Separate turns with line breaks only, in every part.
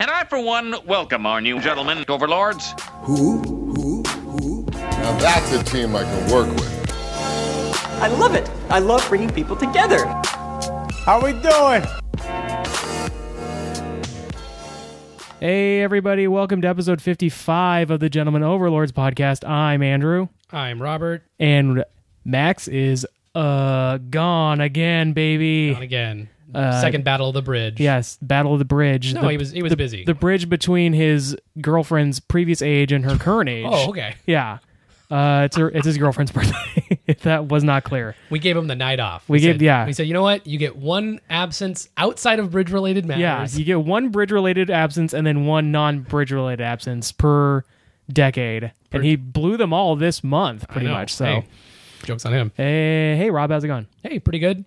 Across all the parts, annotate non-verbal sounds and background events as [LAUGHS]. I, for one, welcome our new gentlemen, overlords.
Who? Who? Who?
Now that's a team I can work with.
I love it. I love bringing people together.
How we doing?
Hey, everybody, welcome to episode 55 of the Gentleman Overlords podcast. I'm Andrew,
I'm Robert.
and Max is uh gone again, baby.
On again, second battle of the bridge.
Yes, Battle of the Bridge.
No,
Uh, the,
he was he was
the,
busy.
The bridge between his girlfriend's previous age and her current age.
oh, okay.
Yeah. Uh, it's, her, it's his girlfriend's [LAUGHS] birthday. if that was not clear.
We gave him the night off.
We gave-
said,
yeah.
We said, you know what? You get one absence outside of bridge related
Yeah,
matters.
you get one bridge related absence and then one non bridge related absence per decade. And he blew them all this month, pretty
I know.
much. So,
Hey, jokes on him.
hey, hey, Rob, how's it going?
Hey, pretty good.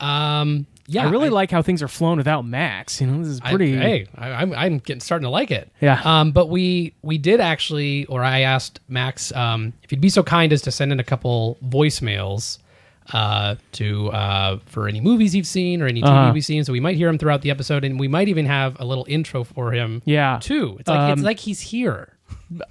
Um, yeah,
I really like how things are flown without Max. You know, this is
I-
pretty.
hey, I, I'm I'm getting starting to like it.
Yeah.
Um, but we we did actually, or I asked Max um, if he'd be so kind as to send in a couple voicemails uh, to uh, for any movies he've seen or any TV
Uh-huh.
we've seen. So we might hear him throughout the episode, and we might even have a little intro for him.
Yeah.
Too. It's like
Um,
it's like he's here.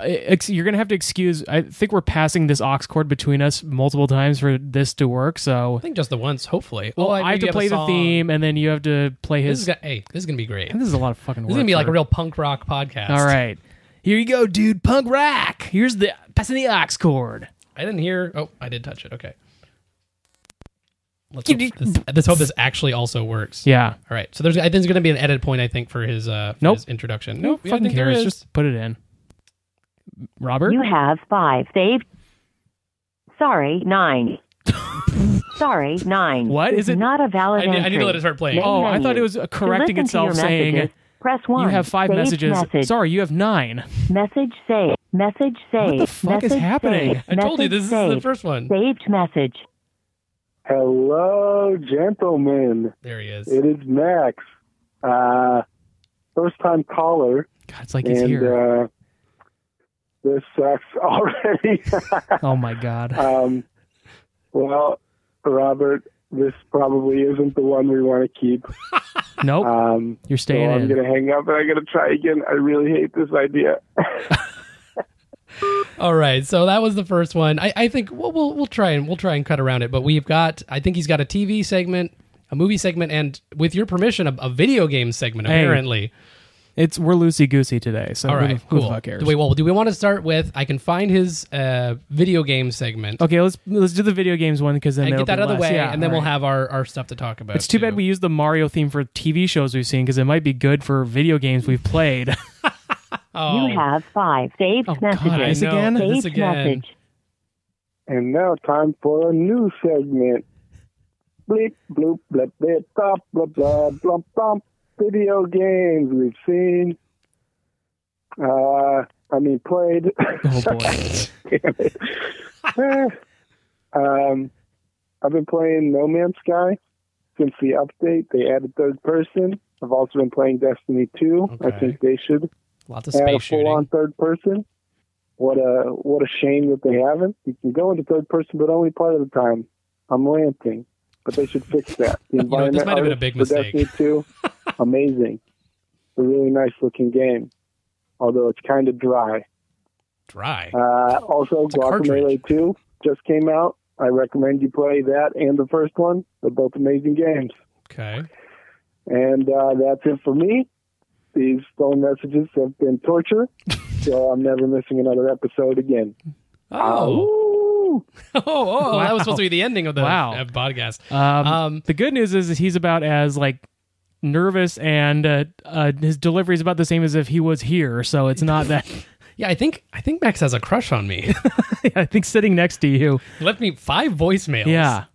Ex- you're gonna have to excuse. I think we're passing this aux cord between us multiple times for this to work. So,
I think just the once, hopefully.
well,
Oh,
I have
maybe
to play
a
the
song.
theme, and then you have to play his.
This is
This
gonna, hey, this is gonna be great.
is,
This
a lot of fucking.
is
work
gonna be like
for-
a real punk rock podcast.
All right, here you go, dude. Punk rock. Here's the passing the aux cord.
I didn't hear. Oh, I did touch it. Okay. Let's
Can you-
hope this, let's hope this actually also works.
Yeah.
All right. So there's. I think there's going to be an edit point. I think for his. Uh, for
Nope.
His introduction.
Who
Nope. yeah, I
fucking
think there
cares?
is.
Just put it in. Robert.
You have five saved. Sorry, nine. Sorry, nine.
What?
is
Is it-
Not a valid
I need- I
entry.
need to let it start playing.
Main
Oh, I
menu.
thought it was, uh,
To
correcting
listen to your
itself, saying,
messages, press one.
you have five
Saved
messages.
Message.
Sorry, you have nine.
Message saved. Message saved.
the fuck is
message
happening?
saved.
I told you
Message
this is the
saved.
first one.
Saved message.
Hello, gentlemen.
There he is.
It is Max. Uh, first time caller.
God, it's like he's
And
here.
uh, this sucks [LAUGHS] already.
oh my god.
um, well, Robert, this probably isn't the one we want to keep.
Nope.
Um,
You're
so
staying
I'm
in.
going to hang up and I'm going to try again. I really hate this idea.
All right. So that was the first one. I, I think we'll, we'll we'll try and we'll try and cut around it. But we've got. I think he's got a TV segment, a movie segment, and with your permission, a, a video game segment.
Hey.
Apparently.
It's we're loosey goosey today. So
All
who the-
right.
who the
cool.
fuck cares?
Wait. Well, do we want to start with? I can find his uh, video game segment.
Okay, let's let's do the video games one because then
and
it'll
get that
be
out of the
less-
way,
yeah,
and then
all
we'll
right.
have our, our stuff to talk about.
It's too bad we used the Mario theme for TV shows we've seen because it might be good for video games we've played. [LAUGHS]
Oh,
You have five saved
Oh, God,
messages.
I
This
know.
again?
This
Saved
again.
message.
and now time for a new segment. Bleep, bloop, blip, blip, blah, blah, blah, blah, blah. Video games we've seen. Uh, I mean, played. [LAUGHS]
oh boy.
um, I've been playing No Man's Sky since the update. They added third person. I've also been playing Destiny 2.
Okay.
I think they should
lots of
add a
space
full on
shooting.
third person. What a what a shame that they haven't. You can go into third person, but only part of the time. I'm ranting, but they should fix that.
[LAUGHS]
The
know, this
environment
might have been a
artist
big
for
mistake.
Destiny
[LAUGHS]
2, amazing. A really nice looking game, although it's kind of dry.
Dry.
Uh, also,
a cartridge.
Guacamelee 2 just came out. I recommend you play that and the first one. They're both amazing games.
Okay.
And uh, that's it for me. These phone messages have been torture, so I'm never missing another episode again.
[LAUGHS] Oh.
Ooh.
Oh, oh, that was supposed to be the ending of the
Wow.
uh, podcast.
Um,
Um,
the good news is that he's about as like nervous and uh, uh, his delivery is about the same as if he was here. So it's not that. [LAUGHS]
Yeah, I think I think Max has a crush on me. [LAUGHS]
I think sitting next to you.
He Left me five voicemails.
Yeah.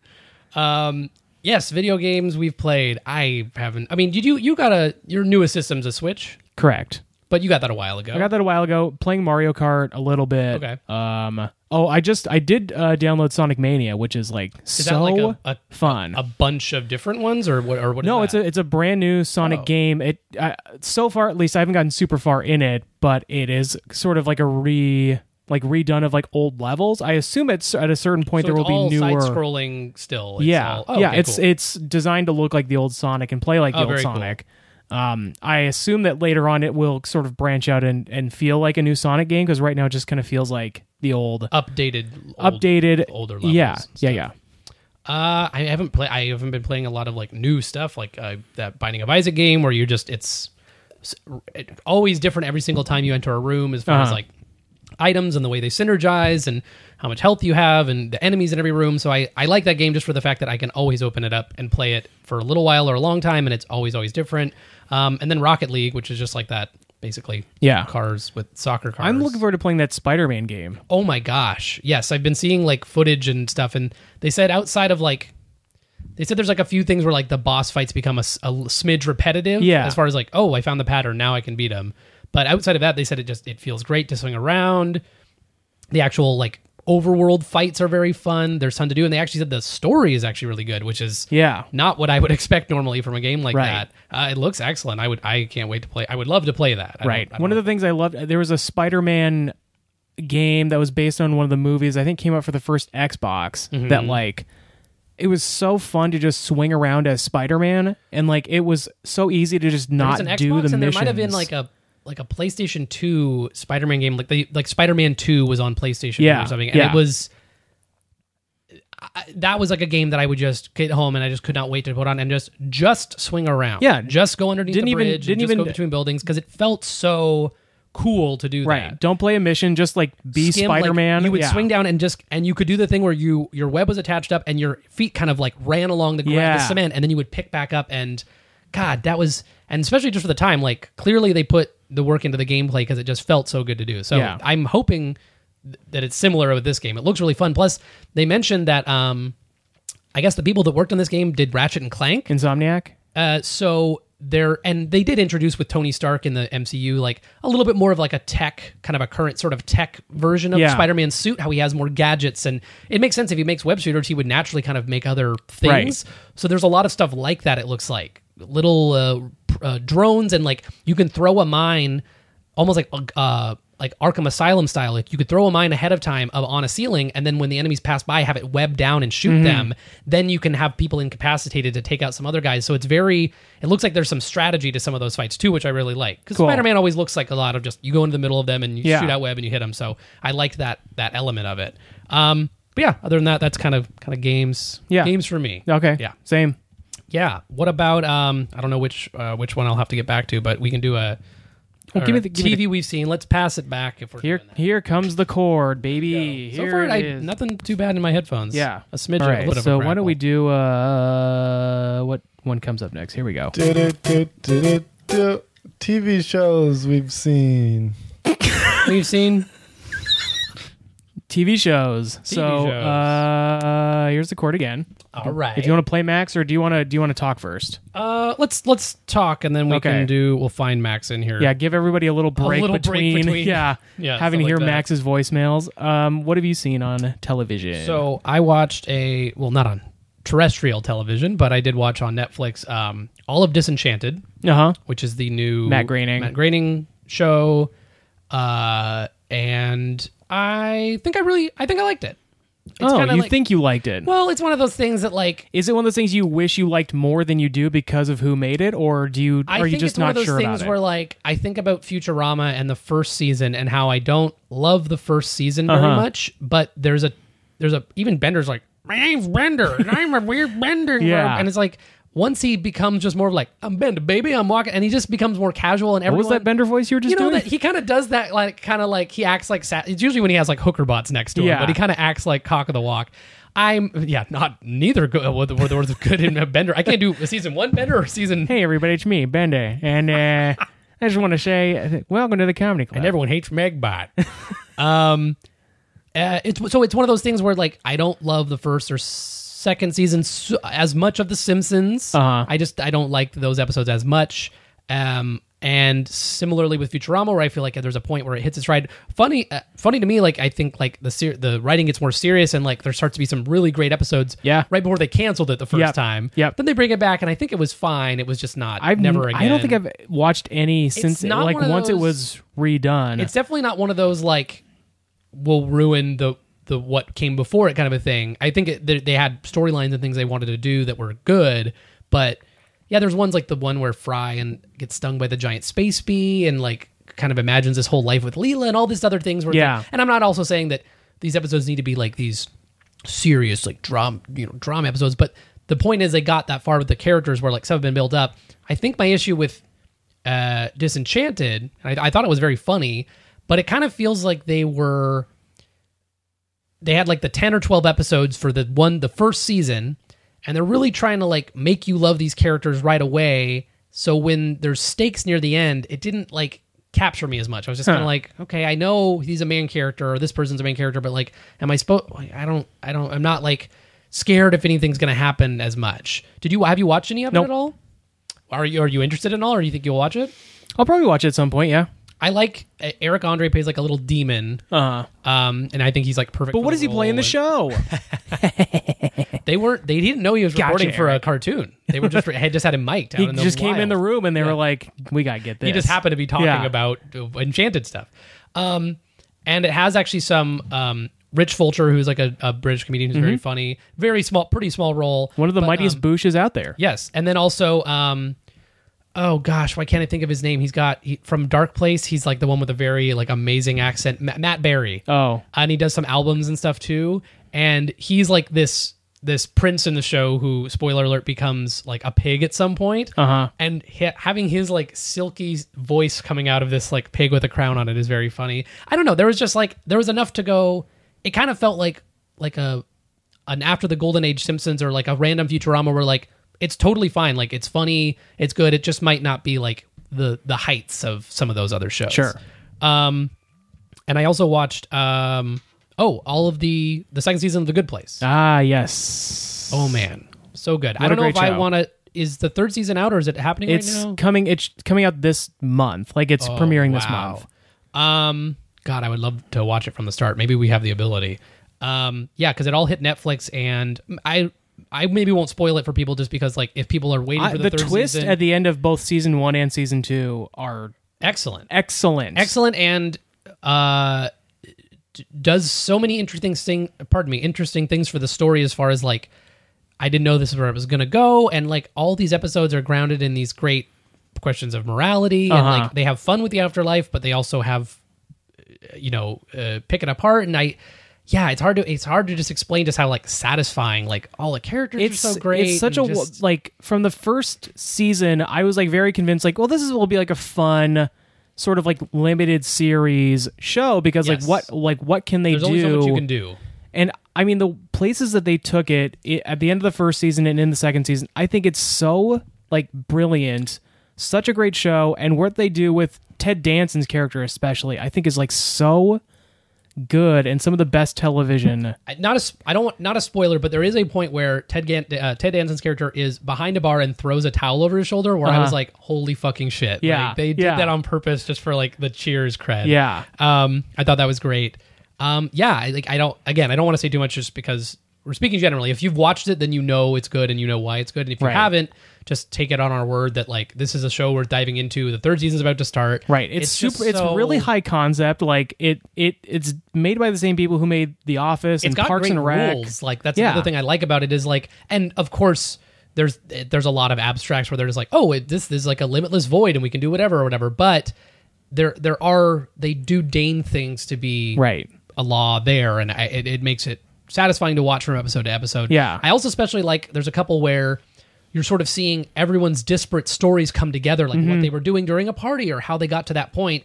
Um. Yes, video games we've played. I haven't. I mean, did you? You got a your newest system's a Switch,
Correct.
but you got that a while ago.
I got that a while ago. Playing Mario Kart a little bit.
Okay.
Um. Oh, I just I did uh, download Sonic Mania, which is like
Is
so
that like a, a,
fun.
a bunch of different ones, or what? Or what? is
no,
that?
it's a it's a brand new Sonic
Oh.
game. It I, so far at least I haven't gotten super far in it, but it is sort of like a re like redone of like old levels. I assume it's at a certain point
So
there
it's
will be
all
newer.
side-scrolling still. It's
yeah,
all- oh,
yeah.
okay,
it's
cool.
it's designed to look like the old Sonic and play like
Oh,
the old
very cool.
Sonic. Um, I assume that later on it will sort of branch out and, and feel like a new Sonic game because right now it just kind of feels like the old
updated, old-
updated
older levels
Yeah,
and
yeah,
stuff.
yeah.
Uh, I haven't played. I haven't been playing a lot of like new stuff, like uh, that Binding of Isaac game, where you just it's, s- it, always different every single time you enter a room, as far as
Uh-huh.
like items and the way they synergize and how much health you have and the enemies in every room. So I I like that game just for the fact that I can always open it up and play it for a little while or a long time, and it's always always different. Um, and then Rocket League, which is just like that, basically.
Yeah.
cars with soccer cars.
I'm looking forward to playing that Spider-Man game.
Oh my gosh. Yes, I've been seeing like footage and stuff and they said outside of like they said there's like a few things where like the boss fights become a, s- a l- smidge repetitive
Yeah.
as far as like oh, I found the pattern, now I can beat him. But outside of that, they said it just it feels great to swing around. The actual like overworld fights are very fun. There's ton to do and they actually said the story is actually really good, which is
Yeah.
not what I would [LAUGHS] expect normally from a game like
Right.
that. Uh, it looks excellent. I would I can't wait to play. I would love to play that. I don't-
right.
I
One of the things I loved there was a Spider-Man game that was based on one of the movies I think came out for the first Xbox
Mm-hmm.
that like it was so fun to just swing around as Spider-Man and like it was so easy to just
There
not
was
do
an Xbox,
the
and
missions.
There might have been like a like a PlayStation Two Spider-Man game, like the like Spider-Man Two was on PlayStation
Yeah,
or something, and
yeah.
it was. I, that was like a game that I would just get home and I just could not wait to put on and just just swing around.
Yeah.
just go underneath
Didn't
the
even-
bridge. and
didn't
just go
even-
between buildings because it felt so cool to do
Right.
that
Don't play a mission, just like be
skim, like,
Spider-Man.
you would
Yeah.
swing down and just and you could do the thing where you your web was attached up and your feet kind of like ran along the, gra-
Yeah.
the cement and then you would pick back up and God, that was and especially just for the time, like clearly they put the work into the gameplay because it just felt so good to do. So
Yeah.
I'm hoping th- that it's similar with this game. It looks really fun. Plus, they mentioned that um, I guess the people that worked on this game did Ratchet and Clank,
Insomniac?
uh, so there, and they did introduce with Tony Stark in the MCU, like a little bit more of like a tech, kind of a current sort of tech version of
Yeah.
Spider-Man's suit, how he has more gadgets, and it makes sense if he makes web shooters, he would naturally kind of make other things. So there's a lot of stuff like that. It looks like little uh, pr- uh, drones, and like you can throw a mine, almost like uh, like Arkham Asylum style. Like you could throw a mine ahead of time uh, on a ceiling, and then when the enemies pass by, have it web down and shoot them. Then you can have people incapacitated to take out some other guys. So it's very. It looks like there's some strategy to some of those fights too, which I really like because
Cool.
Spider-Man always looks like a lot of just you go into the middle of them and you
Yeah.
shoot out web and you hit them. So I liked that that element of it. Um, but yeah, other than that, that's kind of kind of games.
Yeah.
games for me.
Okay.
Yeah.
Same.
Yeah. What about um? I don't know which uh, which one I'll have to get back to, but we can do a.
Well, give me
or
the- give me
TV
the-
we've seen. Let's pass it back if we're
Here
doing that.
here comes the chord, baby.
so
Here
far,
it
I,
is.
nothing too bad in my headphones.
Yeah.
a smidge.
All
of a
right.
bit of a
So why don't we
crackle.
do uh what one comes up next? Here we go.
Du-du-du-du-du. TV shows we've seen.
We've
[LAUGHS]
seen
TV shows. so
shows.
uh here's the chord again.
all right.
If you want to play Max or do you want to do you want to talk first?
uh, let's let's talk and then we
Okay.
can do. We'll find Max in here.
Yeah, give everybody a little break,
little break
between, [LAUGHS]
between-
yeah,
Yeah,
having to
stuff
hear
like that.
Max's voicemails. Um what have you seen on television?
So I watched a well, not on terrestrial television, but I did watch on Netflix. Um, all of Disenchanted,
Uh-huh.
which is the new
Matt Groening.
Matt Groening show, uh, and I think I really, I think I liked it. It's
oh,
kinda
you
like-
think you liked it?
Well, it's one of those things that like
Is it one of those things you wish you liked more than you do because of who made it, or do you
I
are you
think
just
it's one
not
of those
sure
things
about
where
it?
like I think about Futurama and the first season and how I don't love the first season very
Uh-huh.
much, but there's a there's a even Bender's like my name's Bender and I'm a weird Bender, bro."
Yeah.
and it's like once he becomes just more of like I'm Bender, baby, I'm walking, and he just becomes more casual and
What
everyone.
was that Bender voice you were just
You know
doing?
that he kind of does that, like kind of like he acts like sa- it's usually when he has like hooker bots next to him,
Yeah.
but he kind of acts like cock of the walk. I'm yeah, not neither good. Were the were the words of good in Bender? I can't do a season one Bender or season
hey everybody, it's me, Bender, and uh, I just want to say uh, welcome to the comedy club.
and everyone hates Megbot.
[LAUGHS]
um, uh, it's so it's one of those things where like I don't love the first or second season so, as much of The Simpsons.
Uh-huh.
I just I don't like those episodes as much. Um, and similarly with Futurama, where I feel like there's a point where it hits its stride. Funny, uh, funny to me, like I think like the ser- the writing gets more serious, and like there starts to be some really great episodes.
Yeah.
right before they canceled it the first
Yep.
time.
Yep.
Then they bring it back, and I think it was fine. It was just not.
I've
never.
n-
Again.
I don't think I've watched any since
not
like
one of
once it
those-
was redone.
It's definitely not one of those like will ruin the the what came before it kind of a thing. I think it, they, they had storylines and things they wanted to do that were good, but yeah, there's ones like the one where Fry and gets stung by the giant space bee and like kind of imagines his whole life with Leela and all these other things. Where it's
Yeah.
like- and I'm not also saying that these episodes need to be like these serious like drama, you know, drama episodes. But the point is, they got that far with the characters where like some have been built up. I think my issue with uh, Disenchanted, I, I thought it was very funny, but it kind of feels like they were they had like the 10 or 12 episodes for the one the first season and they're really trying to like make you love these characters right away so when there's stakes near the end it didn't like capture me as much i was just kind of like okay i know he's a main character or this person's a main character but like am i supposed i don't i don't i'm not like scared if anything's gonna happen as much did you have you watched any of
Nope.
it at all are you are you interested in all or do you think you'll watch it
I'll probably watch it at some point. Yeah.
i like eric andre plays like a little demon
Uh huh.
um and i think he's like perfect
But what does he play in the
[LAUGHS]
show?
They weren't. They didn't know he was
Gotcha,
recording for a
Eric.
cartoon. They
[LAUGHS]
were just had just had him mic'd. Out
he
in the
just came in
wild.
the room and they were like, "We gotta get this."
He just happened to be talking
Yeah.
about uh, enchanted stuff. Um, and it has actually some um, Rich Fulcher, who's like a, a British comedian who's very funny, very small, pretty small role.
Mm-hmm. one of the
But,
mightiest
um,
Bushes out there.
yes, and then also, um, oh gosh, why can't I think of his name? He's got he, from Dark Place. He's like the one with a very like amazing accent, Ma- Matt Berry
Oh,
and he does some albums and stuff too. And he's like this this prince in the show who, spoiler alert, becomes like a pig at some point.
Uh-huh.
And ha- having his like silky voice coming out of this like pig with a crown on it is very funny. I don't know. There was just like there was enough to go. It kind of felt like like a an after the golden age Simpsons or like a random Futurama where like it's totally fine. Like it's funny, it's good. It just might not be like the the heights of some of those other shows.
Sure.
Um, and I also watched um oh all of the the second season of The Good Place.
ah, yes.
oh man, so good. I
What a
don't know
great
if I
show.
want to. Is the third season out or is it happening
it's
right now?
coming. It's coming out this month. Like it's premiering this
Oh, wow.
month.
Um, God, I would love to watch it from the start. Maybe we have the ability. Um, yeah, because it all hit Netflix, and I, I maybe won't spoil it for people just because like if people are waiting
I-
for the,
the
third
twist
season,
at the end of both season one and season two are
excellent,
excellent.
excellent, and uh, d- does so many interesting thing. Pardon me, interesting things for the story as far as like I didn't know this is where it was gonna go, and like all these episodes are grounded in these great questions of morality,
Uh-huh.
and like they have fun with the afterlife, but they also have you know uh, pick it apart and i yeah it's hard to it's hard to just explain just how like satisfying like all the characters
It's
are so great
It's such a
and
wa-
just-
like from the first season. I was like very convinced. Like, well, this is will be like a fun sort of like limited series show because like
Yes.
what like what can they
there's
do?
only so much you can do
And I mean, the places that they took it, it at the end of the first season and in the second season, I think it's so like brilliant, such a great show, and what they do with Ted Danson's character, especially, I think is like so good and some of the best television.
I- not a sp- I don't want not a spoiler, but there is a point where Ted Gan- uh, Ted Danson's character is behind a bar and throws a towel over his shoulder. Where I was
Uh-huh.
like, "Holy fucking shit!"
Yeah,
Like, they did
yeah.
that on purpose just for like the Cheers cred.
Yeah.
um, I thought that was great. Um, yeah, I, like I don't again, I don't want to say too much just because we're speaking generally. If you've watched it, then you know it's good and you know why it's good. And if you
Right.
haven't, just take it on our word that like this is a show we're diving into. The third season's about to start.
Right. It's,
just
super. It's
so-
really high concept. Like it. It. It's made by the same people who made The Office
It's
and
got
Parks
great
and Rec.
rules. Like that's
Yeah.
another thing I like about it is like, and of course there's there's a lot of abstracts where they're just like, oh, it, this is like a limitless void and we can do whatever or whatever. But there there are they do deign things to be
Right.
a law there, and I, it, it makes it satisfying to watch from episode to episode.
Yeah.
I also especially like there's a couple where you're sort of seeing everyone's disparate stories come together, like
Mm-hmm.
what they were doing during a party or how they got to that point,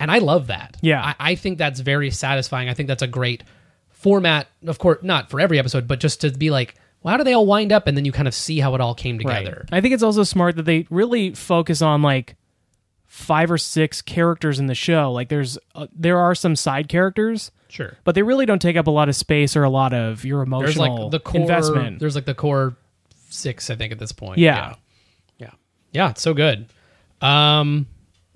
and I love that.
Yeah.
I, I think that's very satisfying. I think that's a great format. Of course, not for every episode, but just to be like, well, how do they all wind up, and then you kind of see how it all came
Right.
together.
I think it's also smart that they really focus on like five or six characters in the show. Like there's uh, there are some side characters,
Sure.
but they really don't take up a lot of space or a lot of your
There's
emotional
like the core.
investment.
There's like the core six, I think, at this point.
Yeah.
yeah. Yeah. Yeah, it's so good. Um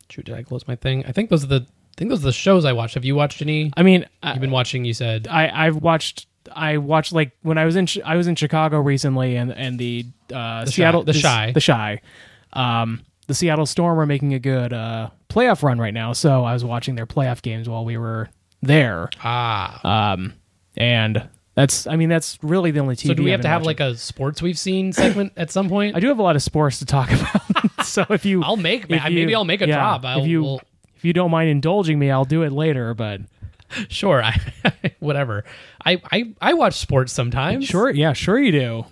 shoot, did I close my thing? I think those are the I think those are the shows I watched. Have you watched any?
I mean,
You've
I,
been watching, you said.
I I've watched I watched like when I was in Chi- I was in Chicago recently and and the uh
Shy-
Seattle
The Shy.
the shy um the Seattle Storm are making a good uh playoff run right now, so I was watching their playoff games while we were there.
ah.
Um, and That's I mean that's really the only TV.
So do we have to have like a sports we've seen segment at some point?
I do have a lot of sports to talk [LAUGHS] about. so if you,
I'll
if
make- maybe I'll make a drop. I'll-
if you
we'll-
if you don't mind indulging me, I'll do it later. But
sure, I, [LAUGHS] whatever. I, I I watch sports sometimes.
sure, yeah, sure you do.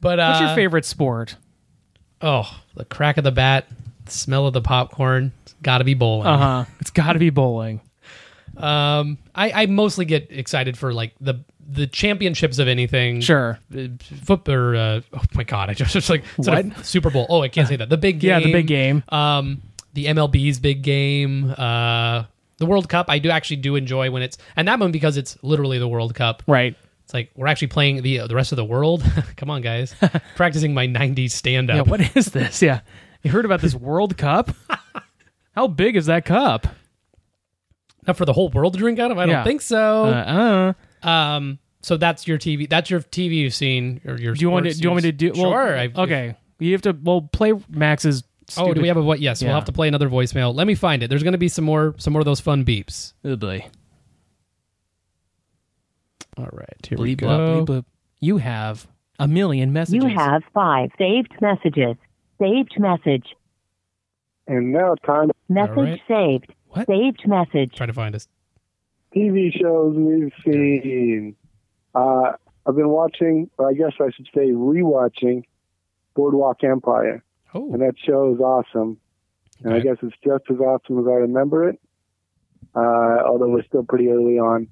but uh,
What's your favorite sport?
Oh, the crack of the bat, smell of the popcorn. Got to be bowling.
Uh huh. It's got to be bowling.
Um, I, I mostly get excited for like the the championships of anything.
Sure.
football. Or, uh, oh my god, I just, [LAUGHS] just like instead of Super Bowl. Oh, I can't say that. The big game.
Yeah, the big game.
Um, the MLB's big game. Uh, the World Cup. I do actually do enjoy when it's and that one because it's literally the World Cup.
Right.
It's like we're actually playing the the rest of the world. [LAUGHS] Come on,
[LAUGHS]
guys, practicing my '90s stand up.
Yeah. What [LAUGHS] is this? Yeah. You heard about this World [LAUGHS] Cup? How big is that cup?
Not for the whole world to drink out of. I don't
Yeah.
think so.
Uh, uh
Um, so that's your TV. That's your TV you've seen. Or your
Do you want to?
sports
Do you want me to
you've-
do? well,
Sure. I-
okay. You have to. Well, play Max's. Stupid,
Oh, do we have a what? Yes,
Yeah.
we'll have to play another voicemail. Let me find it. There's going to be some more, some more of those fun beeps.
Oh, boy.
All right, here we
Bleep,
go.
blop, bleep, bloop. You have a million messages.
You have five saved messages. Saved message.
And now time
Message
right.
saved.
What?
Saved message.
Try to find us.
TV shows we've seen. Uh, I've been watching, or I guess I should say rewatching, Boardwalk Empire, and
Oh,
that show is awesome. And I
Okay.
guess it's just as awesome as I remember it, uh, although we're still pretty early on.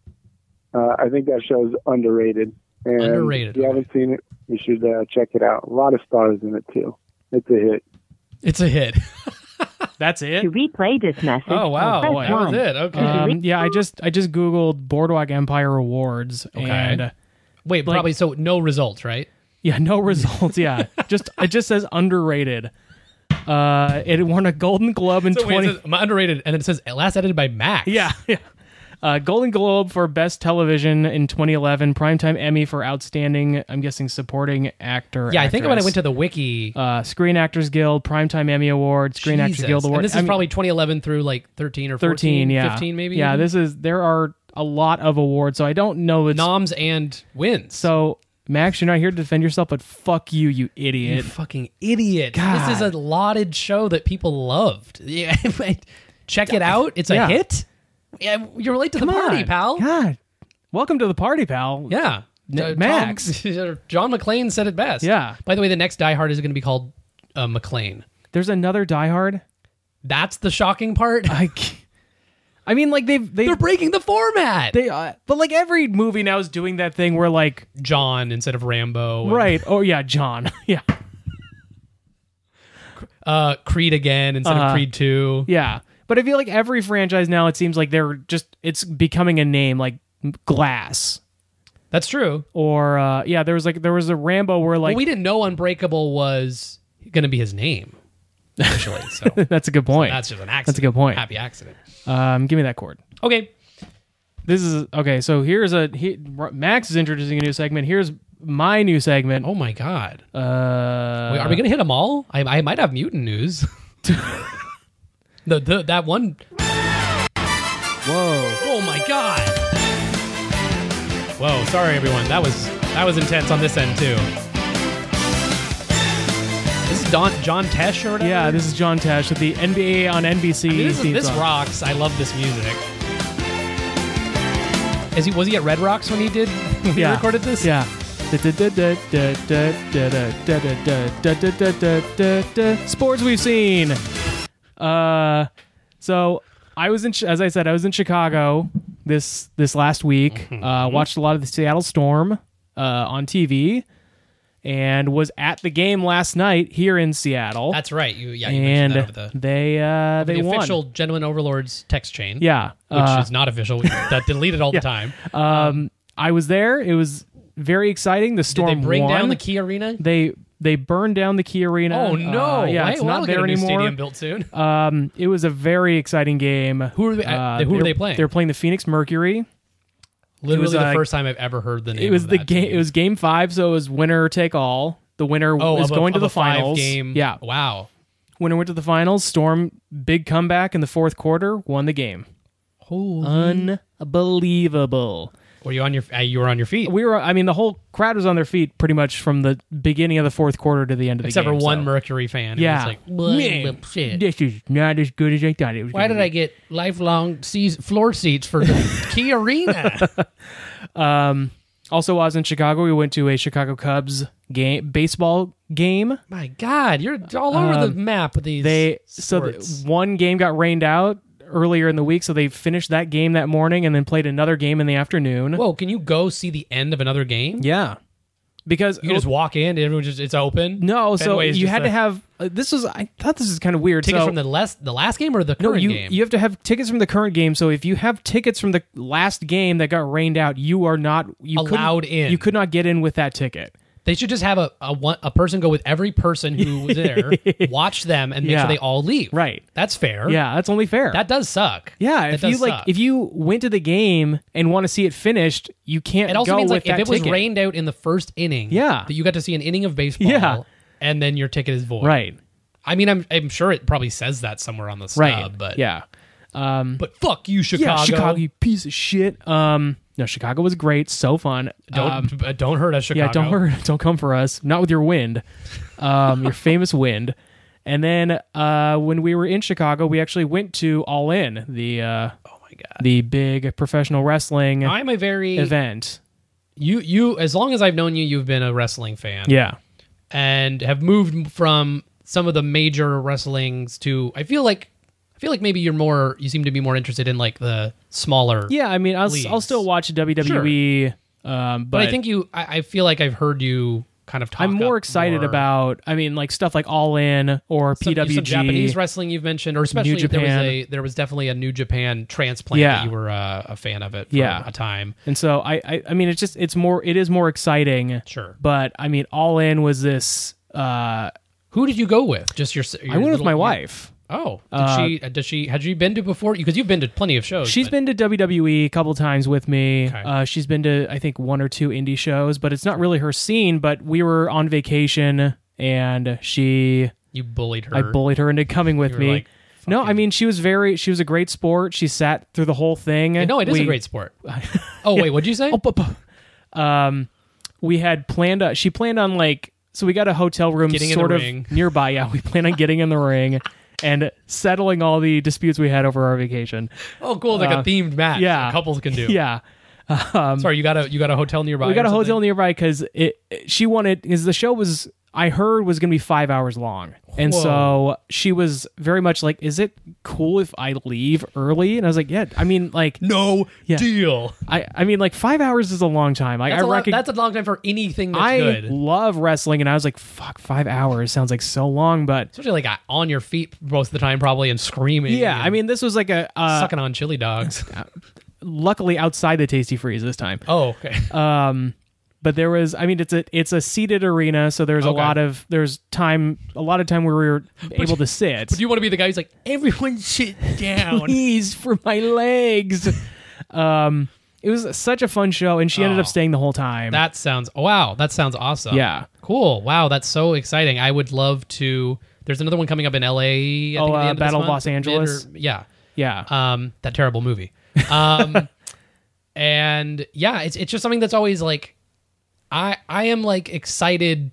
Uh, I think that show's underrated. And If
Underrated,
you haven't seen it, you should uh, check it out. A lot of stars in it too. It's a hit.
it's a hit. [LAUGHS]
That's it.
To replay this message.
Oh wow,
press
that was
one.
it. Okay.
Um, yeah, I just I just googled Boardwalk Empire awards and uh,
Wait,
like-
probably so. No results, right?
yeah, no [LAUGHS] results. Yeah, just it just says underrated. Uh, it won a Golden Globe in
So wait,
twenty. [LAUGHS]
it says, I'm underrated, and then it says last edited by Max.
yeah, yeah. Uh, Golden Globe for Best Television in 2011, Primetime Emmy for Outstanding. I'm guessing supporting actor.
yeah. I think when I
actress.
went to the wiki,
uh, Screen Actors Guild, Primetime Emmy Award, Screen
Jesus.
Actors Guild Award.
and this is
I mean,
probably 2011 through like 13 or 14,
13, yeah,
15 maybe.
Yeah,
even?
this is there are a lot of awards, so I don't know. It's
noms and wins.
so Max, you're not here to defend yourself, but fuck you, you idiot.
You fucking idiot.
God.
This is a lauded show that people loved. [LAUGHS] Yeah, but Check it out. It's
Yeah.
a hit. Yeah, you're late to the
Come
party,
on.
pal.
God, welcome to the party, pal.
Yeah. Uh,
N-
Tom-
Max.
[LAUGHS] John McClane said it best.
Yeah.
By the way, the next Die Hard is going to be called uh, McClane.
There's another Die Hard.
That's the shocking part.
I, c- I mean, like they've they
[LAUGHS] They're breaking the format.
they, uh, but like every movie now is doing that thing where like
John instead of Rambo. and,
right, oh yeah, John, [LAUGHS] yeah,
Uh, Creed again instead
Uh-huh.
of Creed 2.
yeah. But I feel like every franchise now it seems like they're just it's becoming a name like Glass
That's true.
or uh yeah there was like there was a Rambo where
Well,
like
we didn't know Unbreakable was going to be his name initially. So
[LAUGHS] that's a good point.
that's just an accident.
good point.
Happy accident.
um, give me that chord.
Okay.
This is okay. So here's a he, Max is introducing a new segment. Here's my new segment.
Oh my God.
Uh,
Wait, are we gonna hit them all? I, I might have mutant news. [LAUGHS] the, the that one
whoa.
oh my god! Whoa, sorry everyone. That was that was intense on this end too. This is Don John Tesh or whatever.
Yeah, this is John Tesh with the NBA on NBC.
Uh, I mean, this, is-
theme
this
song.
rocks. I love this music. Is he was he at Red Rocks when he did [LAUGHS] when he
Yeah.
recorded this?
Yeah. Sports we've seen. Uh, so I was in, Chi- as I said, I was in Chicago this this last week.
Mm-hmm.
Uh, watched a lot of the Seattle Storm uh, on TV, and was at the game last night here in Seattle.
That's right. You yeah, you
and
mentioned that over the,
they uh, they
the
won.
official Gentleman Overlords text chain.
yeah,
which
uh,
is not official. that
[LAUGHS]
deleted all the time.
um, I was there. It was very exciting. The
Did
storm
they bring
won.
down the Key Arena?
they they burned down the Key Arena.
Oh no!
Uh, yeah,
Why-
it's
well,
not
we'll
there
get a new
anymore.
Stadium built soon.
Um, it was a very exciting game. Who
are they- who are they playing?
They're playing the Phoenix Mercury.
Literally
was,
the
uh,
first time I've ever heard the name.
It was
of
the
that
game.
team.
It was game five, so it was winner take all. The winner
oh,
was
of a-
going to
of
the
a five
finals.
Game.
Yeah,
Wow.
winner went to the finals. Storm big comeback in the fourth quarter, won the game.
Holy.
Unbelievable.
Were you on your? Uh, you were on your feet.
We were. I mean, the whole crowd was on their feet pretty much from the beginning of the fourth quarter to the end of the
Except
game.
for one
so-
Mercury fan. who
Yeah.
was like, "Blah,
Man,
blah, shit.
This is not as good as I thought it was.
Why
gonna
did
be.
I get lifelong seas- floor seats
[LAUGHS]
for the Key Arena?
Also, while I was in Chicago, we went to a Chicago Cubs game, baseball game.
My God, you're all over the map with these.
Um, They so the,
sports.
one game got rained out earlier in the week, so they finished that game that morning and then played another game in the afternoon.
Whoa, can you go see the end of another game?
yeah, because oh,
You can just walk in. Everyone just it's open.
no, so
Fenway's
you
just
had
a-
to have uh, this was I thought this was kind of weird.
tickets
so,
from the last the last game or the
no,
current
you
game.
you have to have tickets from the current game. So if you have tickets from the last game that got rained out, you are not you couldn't-
Allowed in.
You could not get in with that ticket.
they should just have a a, one, a person go with every person who
[LAUGHS]
was there, watch them, and make
Yeah.
sure they all leave.
Right.
That's fair.
Yeah, that's only fair.
That does suck.
Yeah,
That
if you
does
like,
suck.
if you went to the game and want to see it finished, you can't.
it also
go
means
with
like if
that
it was
ticket.
rained out in the first inning,
Yeah.
that you got to see an inning of baseball,
Yeah.
and then your ticket is void.
right,
I mean, I'm I'm sure it probably says that somewhere on the stub,
right,
but
yeah,
but fuck you, Chicago.
yeah, Chicago, you piece of shit. Um, no, Chicago was great, so fun.
Don't
Um,
uh, don't hurt us, Chicago.
yeah, don't hurt, [LAUGHS] don't come for us, not with your wind, um, your famous wind. And then uh, when we were in Chicago, we actually went to All In, the uh, oh my god, the big professional wrestling
[LAUGHS] I'm a very
event.
you you as long as I've known you, you've been a wrestling fan.
Yeah,
and have moved from some of the major wrestlings to I feel like I feel like maybe you're more you seem to be more interested in like the smaller
yeah. I mean, I'll, s- I'll
Leagues.
still watch WWE, um,
but, I think you I, I feel like I've heard you kind of talk
I'm more
up
excited
more
about. I mean, like stuff like All In or
some,
PWG.
some Japanese wrestling you've mentioned or especially
New
there was
Japan.
a there was definitely a New Japan transplant
Yeah.
that you were uh, a fan of it for
Yeah.
a time
and so I, I, I mean, it's just it's more it is more exciting.
Sure.
but I mean, All In was this. Uh,
who did you go with just your, your
I went with
little-
my wife.
oh did she uh, does she had you been to before because you've been to plenty of shows
She's
but-
been to WWE a couple times with me.
Okay.
Uh, she's been to I think one or two indie shows, but it's not really her scene. But we were on vacation, and she
you bullied her
I bullied her into coming with
were
me.
like,
no, I mean she was very she was a great sport. She sat through the whole thing.
no it is a
We- [LAUGHS]
great sport oh wait what'd you say
um we had planned uh, she planned on like so we got a hotel room
Getting in
sort
the
of
ring. [LAUGHS]
nearby yeah we planned on getting in the ring and settling all the disputes we had over our vacation
Oh, cool! Like a themed match.
uh, yeah.
that couples can
[LAUGHS]
do.
yeah
Sorry, you got a you got a hotel nearby.
we got
or
a
something?
hotel nearby because it she wanted because the show was i heard was going to be five hours long and
Whoa.
so she was very much like is it cool if i leave early and i was like yeah i mean like
No
Yeah.
deal.
i i mean like five hours is a long time like
That's,
i
a long,
reckon
that's a long time for anything that's
I
good.
love wrestling, and I was like, "Fuck, five hours sounds like so long." But
Especially like uh, on your feet most of the time, probably, and screaming.
yeah,
and
I mean, this was like a uh,
sucking on chili dogs.
[LAUGHS] luckily outside the Tasty Freeze this time.
oh, okay.
Uh, But there was, I mean, it's a it's a seated arena, so there's
Okay.
a lot of there's time a lot of time where we were able to sit.
do you want to be the guy who's like,
[LAUGHS]
everyone sit down?
Please for my legs.
[LAUGHS]
um, it was such a fun show, and she ended up
Oh.
staying the whole time.
that sounds wow. That sounds awesome.
Yeah.
Cool. Wow, that's so exciting. I would love to. There's another one coming up in L.A. I
Oh,
think, at the
uh,
end of this
Battle of
month,
Los
mid or-
Angeles?
yeah.
yeah,
um, that terrible movie. Um, [LAUGHS] and yeah, it's it's just something that's always like, I I am like excited,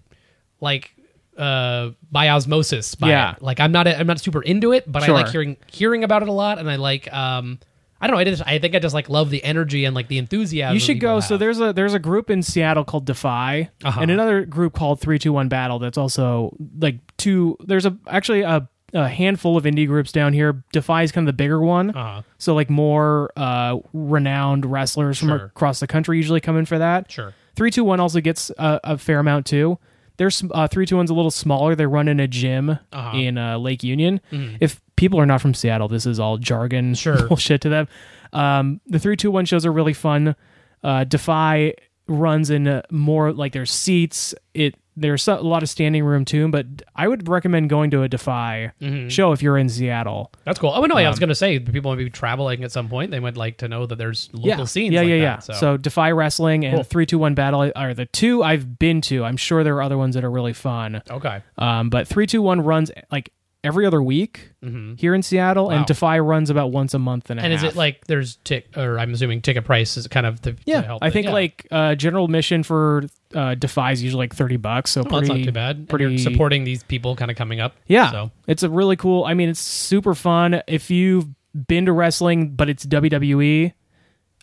like uh by osmosis by
Yeah.
it. like i'm not i'm not super into it but
Sure.
i like hearing hearing about it a lot and i like um i don't know i just i think i just like love the energy and like the enthusiasm
you
that
should
people
go. So
have.
there's a there's a group in Seattle called Defy,
Uh-huh.
and another group called Three Two One Battle. That's also like two. There's a actually a, a handful of indie groups down here. Defy is kind of the bigger one.
Uh-huh.
So like more uh, renowned wrestlers from
Sure.
across the country usually come in for that.
Sure.
Three Two One also gets a, a fair amount too. There's uh, Three Two One's a little smaller. They run in a gym
Uh-huh.
in uh, Lake Union. If people are not from Seattle, this is all jargon [LAUGHS]
Mm-hmm. Sure.
bullshit to them. Um, the three two one shows are really fun. Uh, Defy runs in uh, more like there's seats. It there's a lot of standing room too, but I would recommend going to a Defy
Mm-hmm.
show if you're in Seattle.
that's cool oh no
Um,
i was gonna say people might be traveling at some point they would like to know that there's local scenes
yeah,
like
yeah,
that,
yeah.
so,
So. Defy Wrestling and
Cool.
three two one battle are the two I've been to. I'm sure there are other ones that are really fun.
okay
Um, but three two one runs like every other week here in Seattle,
Mm-hmm. Wow.
and Defy runs about once a month and a
And
half.
is it like there's tick or I'm assuming ticket price is kind of the
Yeah,
to help
I
it.
think
Yeah.
like uh, general admission for uh, Defy is usually like thirty bucks, so
Well,
pretty,
Oh, that's not too bad. And
Pretty
you're supporting these people kind of coming up.
Yeah,
So
it's a really cool. I mean, it's super fun if you've been to wrestling, but it's WWE.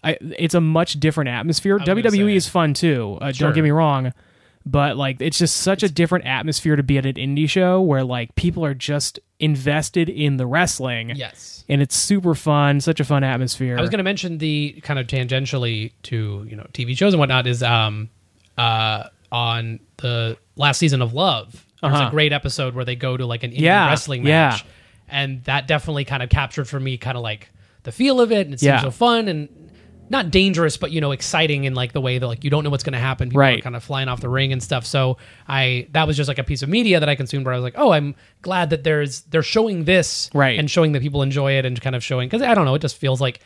I, it's a much different atmosphere.
gonna
WWE
say-
is fun too. Uh,
Sure.
Don't get me wrong, but like it's just such a different atmosphere to be at an indie show where like people are just invested in the wrestling.
yes.
and it's super fun. Such a fun atmosphere.
I was going to mention the kind of tangentially to you know TV shows and whatnot is um uh on the last season of Love. There's
Uh-huh.
a great episode where they go to like an indie
Yeah,
wrestling
yeah.
match, and that definitely kind of captured for me kind of like the feel of it, and it seems
Yeah.
so fun and not dangerous, but you know exciting in like the way that like you don't know what's going to happen. People
Right.
are kind of flying off the ring and stuff. So I that was just like a piece of media that I consumed where I was like, oh, I'm glad that there's they're showing this
Right.
and showing that people enjoy it and kind of showing because I don't know, it just feels like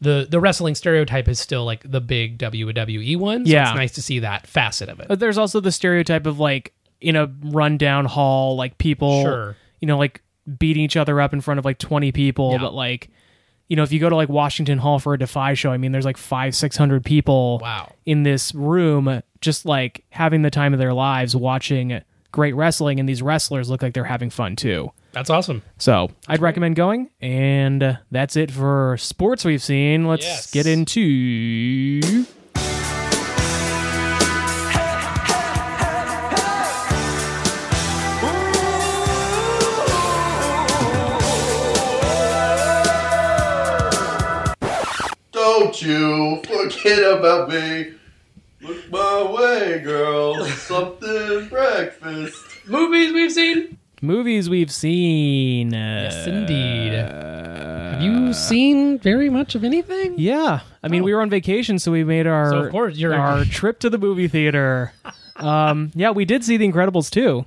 the the wrestling stereotype is still like the big WWE one. So
Yeah.
it's nice to see that facet of it.
But there's also the stereotype of like in a rundown hall, like people,
Sure.
you know, like beating each other up in front of like 20 people.
Yeah.
But like, you know, if you go to like Washington Hall for a Defy show, I mean, there's like five, 600 people
Wow.
in this room, just like having the time of their lives watching great wrestling. And these wrestlers look like they're having fun too.
That's awesome.
So I'd recommend going. And uh, that's it for sports we've seen. Let's
Yes.
get into.
Don't you forget about me. Look my way, girl. Something breakfast.
Movies we've seen.
Movies we've seen. Uh,
Yes, indeed. Have you seen very much of anything?
Yeah, I mean, we were on vacation, so we made our
Oh. So, of course, you're- [LAUGHS]
our trip to the movie theater. um, yeah, we did see The Incredibles too.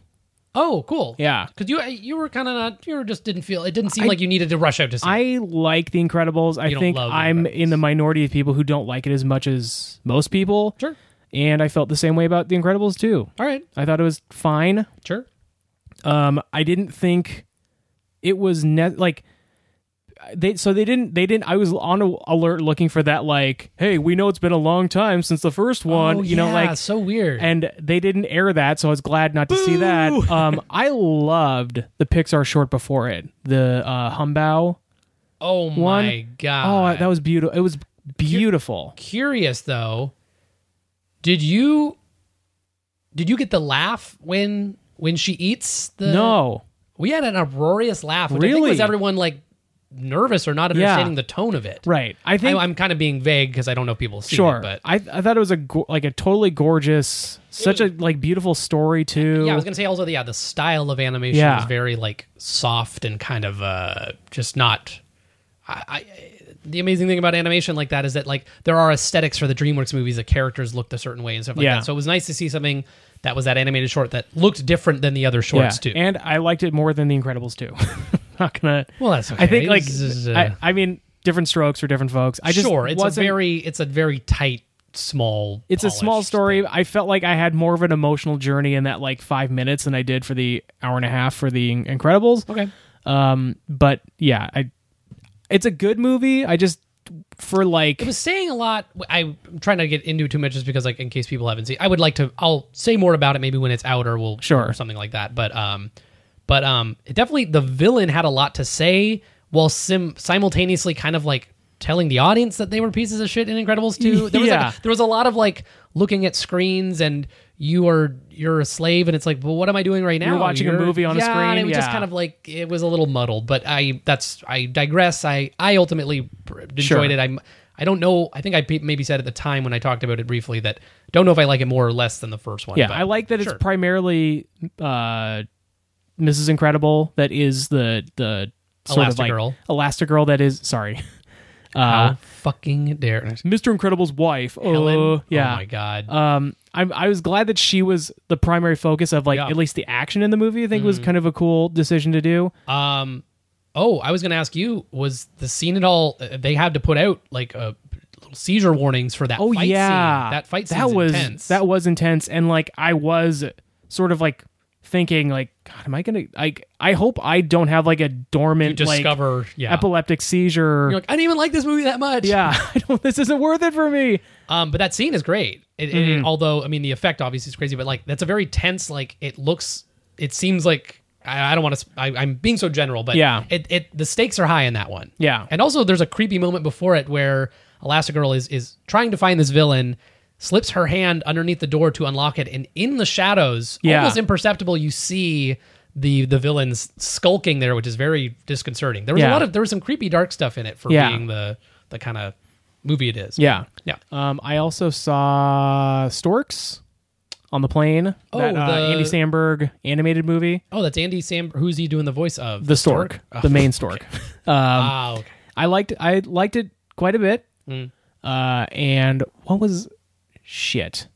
Oh, cool.
Yeah.
Because you you were kind of not you were just didn't feel it didn't seem like you needed to rush out to see.
I
it.
like The Incredibles. I
don't
think
love The
I'm
Incredibles.
in the minority of people who don't like it as much as most people.
Sure.
And I felt the same way about The Incredibles too.
All right.
I thought it was fine.
Sure.
Um, I didn't think it was ne- like they so they didn't they didn't I was on a, alert looking for that like hey we know it's been a long time since the first one
Oh,
you know
yeah,
like
so weird.
and they didn't air that, so I was glad not to see that.
[LAUGHS]
Um, I loved the Pixar short before it, the uh, Humbow.
oh
one-
my
Oh,
god.
that was beautiful. It was beautiful.
curious though. Did you did you get the laugh when when she eats the
No,
We had an uproarious laugh, which I think
Really?
was everyone like nervous or not
Yeah.
understanding the tone of it.
right. I think
I, am kind of being vague because I don't know if people see
sure.
it, but
I I thought it was a go- like a totally gorgeous, such a like beautiful story too.
yeah, I was gonna say also yeah, the style of animation
Yeah.
is very like soft and kind of uh just not. I, I the amazing thing about animation like that is that like there are aesthetics for the DreamWorks movies. The characters looked a certain way and stuff like
Yeah.
that. So it was nice to see something that was that animated short that looked different than the other
Yeah,
shorts too.
and I liked it more than The Incredibles too. [LAUGHS] Not gonna.
Well, that's
I think
okay.
like
This is, uh,
I, I mean different strokes for different folks. I just
sure, it's a
wasn't-
very it's a very tight small.
it's a small
polished
story. I felt like I had more of an emotional journey in that like five minutes than I did for the hour and a half for the Incredibles.
Okay.
Um, but yeah, I it's a good movie. I just for like
It was saying a lot. I'm trying not to get into it too much, just because like in case people haven't seen, I would like to. I'll say more about it maybe when it's out, or we'll
Sure.
or something like that. But um, but um, it definitely the villain had a lot to say while sim simultaneously kind of like telling the audience that they were pieces of shit in Incredibles
[LAUGHS]
too. There was
Yeah.
like, there was a lot of like looking at screens and you are you're a slave and it's like well what am i doing right now
You're watching a movie on a
yeah, and it
screen,
was just
yeah.
kind of like it was a little muddled but i that's i digress i i ultimately pr- enjoyed
Sure.
it i'm i don't know i think i pe- maybe said at the time when i talked about it briefly that don't know if i like it more or less than the first one
yeah,
but
I like that
sure.
it's primarily uh Mrs. Incredible that is the the sort of like
Elastigirl.
Elastigirl that is sorry. Uh
How Ah, fucking dare
Mr. Incredible's wife.
Helen?
Oh, yeah.
oh my god
um I, I was glad that she was the primary focus of like
Yeah. Mm-hmm.
at least the action in the movie i think was kind of a cool decision to do
Um, oh, I was going to ask you: was the scene at all? uh, They had to put out like a little seizure warnings for that.
oh
fight
yeah
scene. that fight scene
that was
intense.
that was intense and like i was sort of like thinking like, God, am I gonna like? I hope I don't have like a dormant
You discover,
like,
yeah.
epileptic seizure.
You're like, I didn't even like this movie that much. [LAUGHS]
yeah, [LAUGHS] I don't, this isn't worth it for me.
Um, but that scene is great. It, it-
Mm-hmm.
it- although, I mean, the effect obviously is crazy, but like that's a very tense. Like it looks, it seems like I, I don't want to. I'm being so general, but
Yeah.
it, it the stakes are high in that one.
Yeah.
and also there's a creepy moment before it where Elastigirl is is trying to find this villain. Slips her hand underneath the door to unlock it, and in the shadows,
Yeah.
almost imperceptible, you see the the villains skulking there, which is very disconcerting. There was
Yeah.
a lot of there was some creepy dark stuff in it for
Yeah.
being the the kind of movie it is.
Yeah.
yeah.
Um, I also saw Storks on the plane.
Oh,
that, uh,
the-
Andy Samberg animated movie.
Oh, that's Andy Sam. Who's he doing the voice of?
The Um, stork,
Oh,
the main
[LAUGHS]
stork.
wow. okay.
I liked I liked it quite a bit.
Mm.
Uh, and what was shit?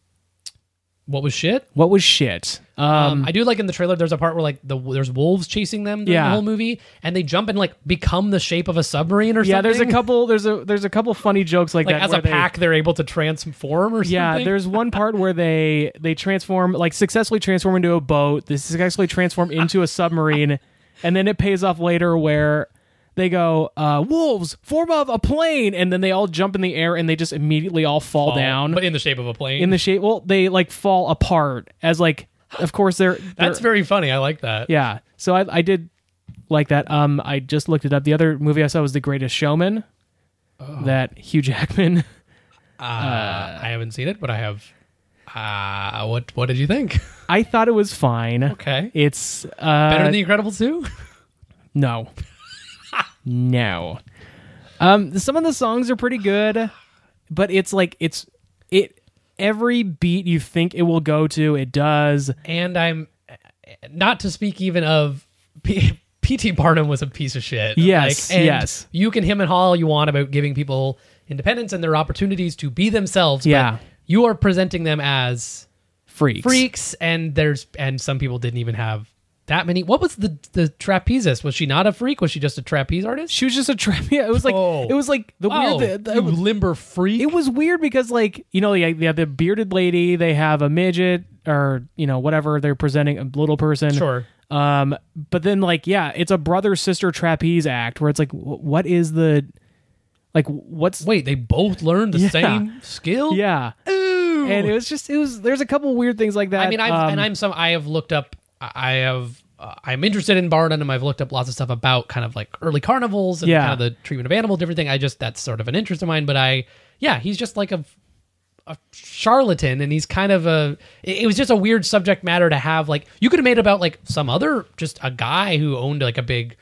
What was shit?
What was shit? Uh,
Um, I do like in the trailer. There's a part where like the there's wolves chasing them. during
Yeah.
The whole movie, and they jump and like become the shape of a submarine or something.
yeah, there's a couple there's a there's a couple funny jokes like,
Like
that
as
where
a
they-
pack, they're able to transform or something.
yeah, there's one part where they they transform like successfully transform into a boat. They successfully transform into a submarine, and then it pays off later where they go uh, wolves form of a plane, and then they all jump in the air and they just immediately all fall
Oh,
down
but in the shape of a plane.
in the shape. Well, they like fall apart as like of course they're,
that's
they're-
very funny. I like that.
yeah. So I I did like that. Um, I just looked it up. The other movie I saw was The Greatest Showman.
Oh.
That Hugh Jackman. [LAUGHS]
Uh, I haven't seen it, but I have. Uh, what What did you think? [LAUGHS]
I thought it was fine.
Okay.
It's uh,
Better than The Incredible Two.
No. no. Um, some of the songs are pretty good, but it's like it's it every beat you think it will go to, it does.
and I'm not to speak even of P- [LAUGHS] P.T. Barnum was a piece of shit.
Yes,
and
yes.
You can him and haw all you want about giving people independence and their opportunities to be themselves.
Yeah.
but you are presenting them as
Freaks.
freaks, and there's and some people didn't even have that many. What was the the trapezist? Was she not a freak? Was she just a trapeze artist?
She was just a trap. [LAUGHS] Yeah, it was like
Oh.
it was like the
oh,
weird. The, the-
you limber freak.
it was weird because like you know they, they have the bearded lady, they have a midget or you know whatever they're presenting a little person.
sure.
Um, but then like, yeah, it's a brother sister trapeze act where it's like, wh- what is the, like, what's
Wait, they both learned the
Yeah.
same skill.
yeah,
Ooh.
and it was just it was there's a couple weird things like that.
I mean, I've,
Um,
and I'm some. I have looked up. I I have. Uh, I'm interested in Barnum. I've looked up lots of stuff about kind of like early carnivals and
Yeah.
kind of the treatment of animals, everything. I just that's sort of an interest of mine. But I, yeah, he's just like a, a charlatan, and he's kind of a. It, it was just a weird subject matter to have. Like you could have made about like some other just a guy who owned like a big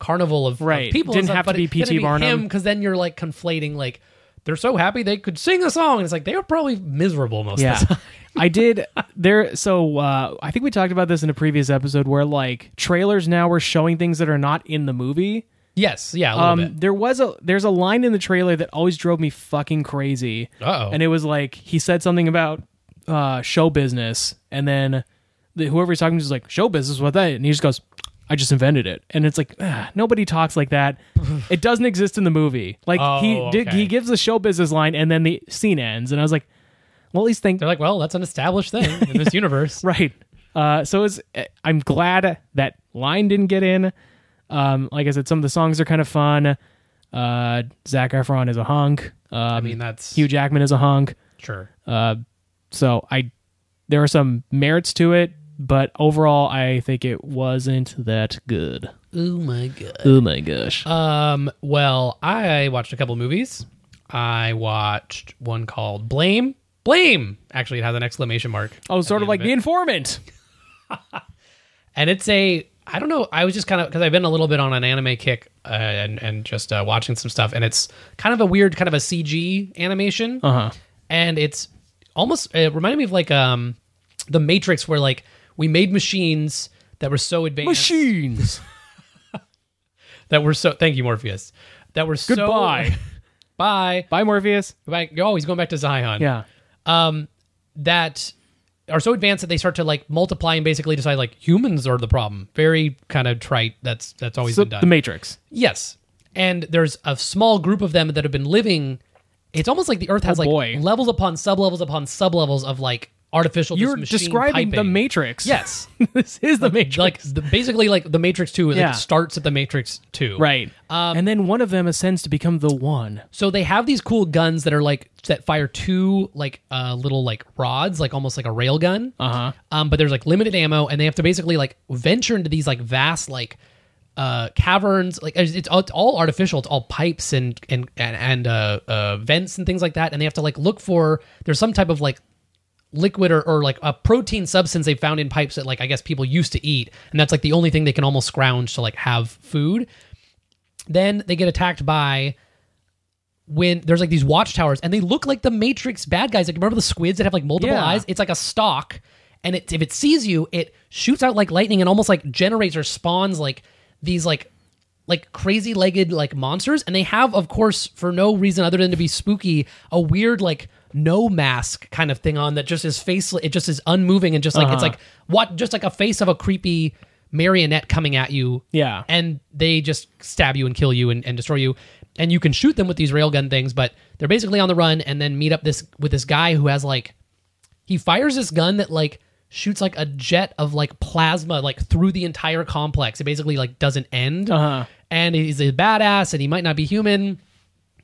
carnival of, of
Right.
people.
Didn't have to be P.T. Barnum.
because then you're like conflating like. They're so happy they could sing a song, and it's like they were probably miserable most
yeah,
of the time.
[LAUGHS]
[LAUGHS]
I did there. So uh, I think we talked about this in a previous episode where like trailers now were showing things that are not in the movie.
Yes, yeah, a little bit.
Um, there was a there's a line in the trailer that always drove me fucking crazy.
Uh-oh.
And it was like he said something about uh, show business, and then the, whoever he's talking to is like show business what that, and he just goes, "I just invented it." And it's like ah, nobody talks like that.
[LAUGHS]
it doesn't exist in the movie. Like he
Oh,
did,
okay.
he gives the show business line, and then the scene ends, and I was like, well, at least thank
They're like, well, that's an established thing in this universe.
[LAUGHS] Right. Uh, so it's, I'm glad that line didn't get in. Um, like I said, some of the songs are kind of fun. Uh, Zach Efron is a hunk. Um,
I mean, that's
Hugh Jackman is a hunk.
Sure.
So I, there are some merits to it, but overall, I think it wasn't that good.
oh my god.
Oh my gosh.
Um. Well, I watched a couple movies. I watched one called Blame. Blame. Actually, it has an exclamation mark.
oh, sort of
the end
like
of
The
it.
Informant.
and it's a I don't know. I was just kind of because I've been a little bit on an anime kick uh, and and just uh, watching some stuff, and it's kind of a weird kind of a CG animation. Uh
Uh-huh.
huh. And it's almost it reminded me of like um the Matrix, where like we made machines that were so advanced. [LAUGHS]
Machines.
that were so thank you morpheus that were so
Goodbye.
[LAUGHS] bye
Bye, Morpheus.
Like, oh he's going back to zion
Yeah.
that are so advanced that they start to like multiply and basically decide like humans are the problem very kind of trite that's that's always
So,
been done
the Matrix.
yes and there's a small group of them that have been living it's almost like the earth has like
Oh, boy.
levels upon sublevels upon sublevels of like artificial. just
You're
machine
describing the
piping.
Matrix.
Yes.
[LAUGHS] this is the Matrix.
like the, basically like the Matrix Two. Like,
Yeah.
starts at the Matrix Two.
right.
Um,
and then one of them ascends to become the one.
So they have these cool guns that are like that fire two like uh, little like rods, like almost like a rail gun.
Uh-huh.
Um, but there's like limited ammo, and they have to basically like venture into these like vast like uh caverns. Like it's, it's, all, it's all artificial. It's all pipes and and and, and uh, uh vents and things like that. And they have to like look for there's some type of like liquid or, or like a protein substance they found in pipes that like I guess people used to eat, and that's like the only thing they can almost scrounge to like have food. Then they get attacked by when there's like these watchtowers and they look like the Matrix bad guys. Like remember the squids that have like multiple
Yeah.
eyes? It's like a stalk, and it, if it sees you, it shoots out like lightning and almost like generates or spawns like these like like crazy legged like monsters and they have of course for no reason other than to be spooky a weird like no mask kind of thing on that just is face it just is unmoving and just like it's like what just like a face of a creepy marionette coming at you
Yeah.
and they just stab you and kill you and, and destroy you and you can shoot them with these railgun things but they're basically on the run and then meet up this with this guy who has like he fires this gun that like shoots like a jet of like plasma like through the entire complex it basically like doesn't end
Uh-huh.
and he's a badass and he might not be human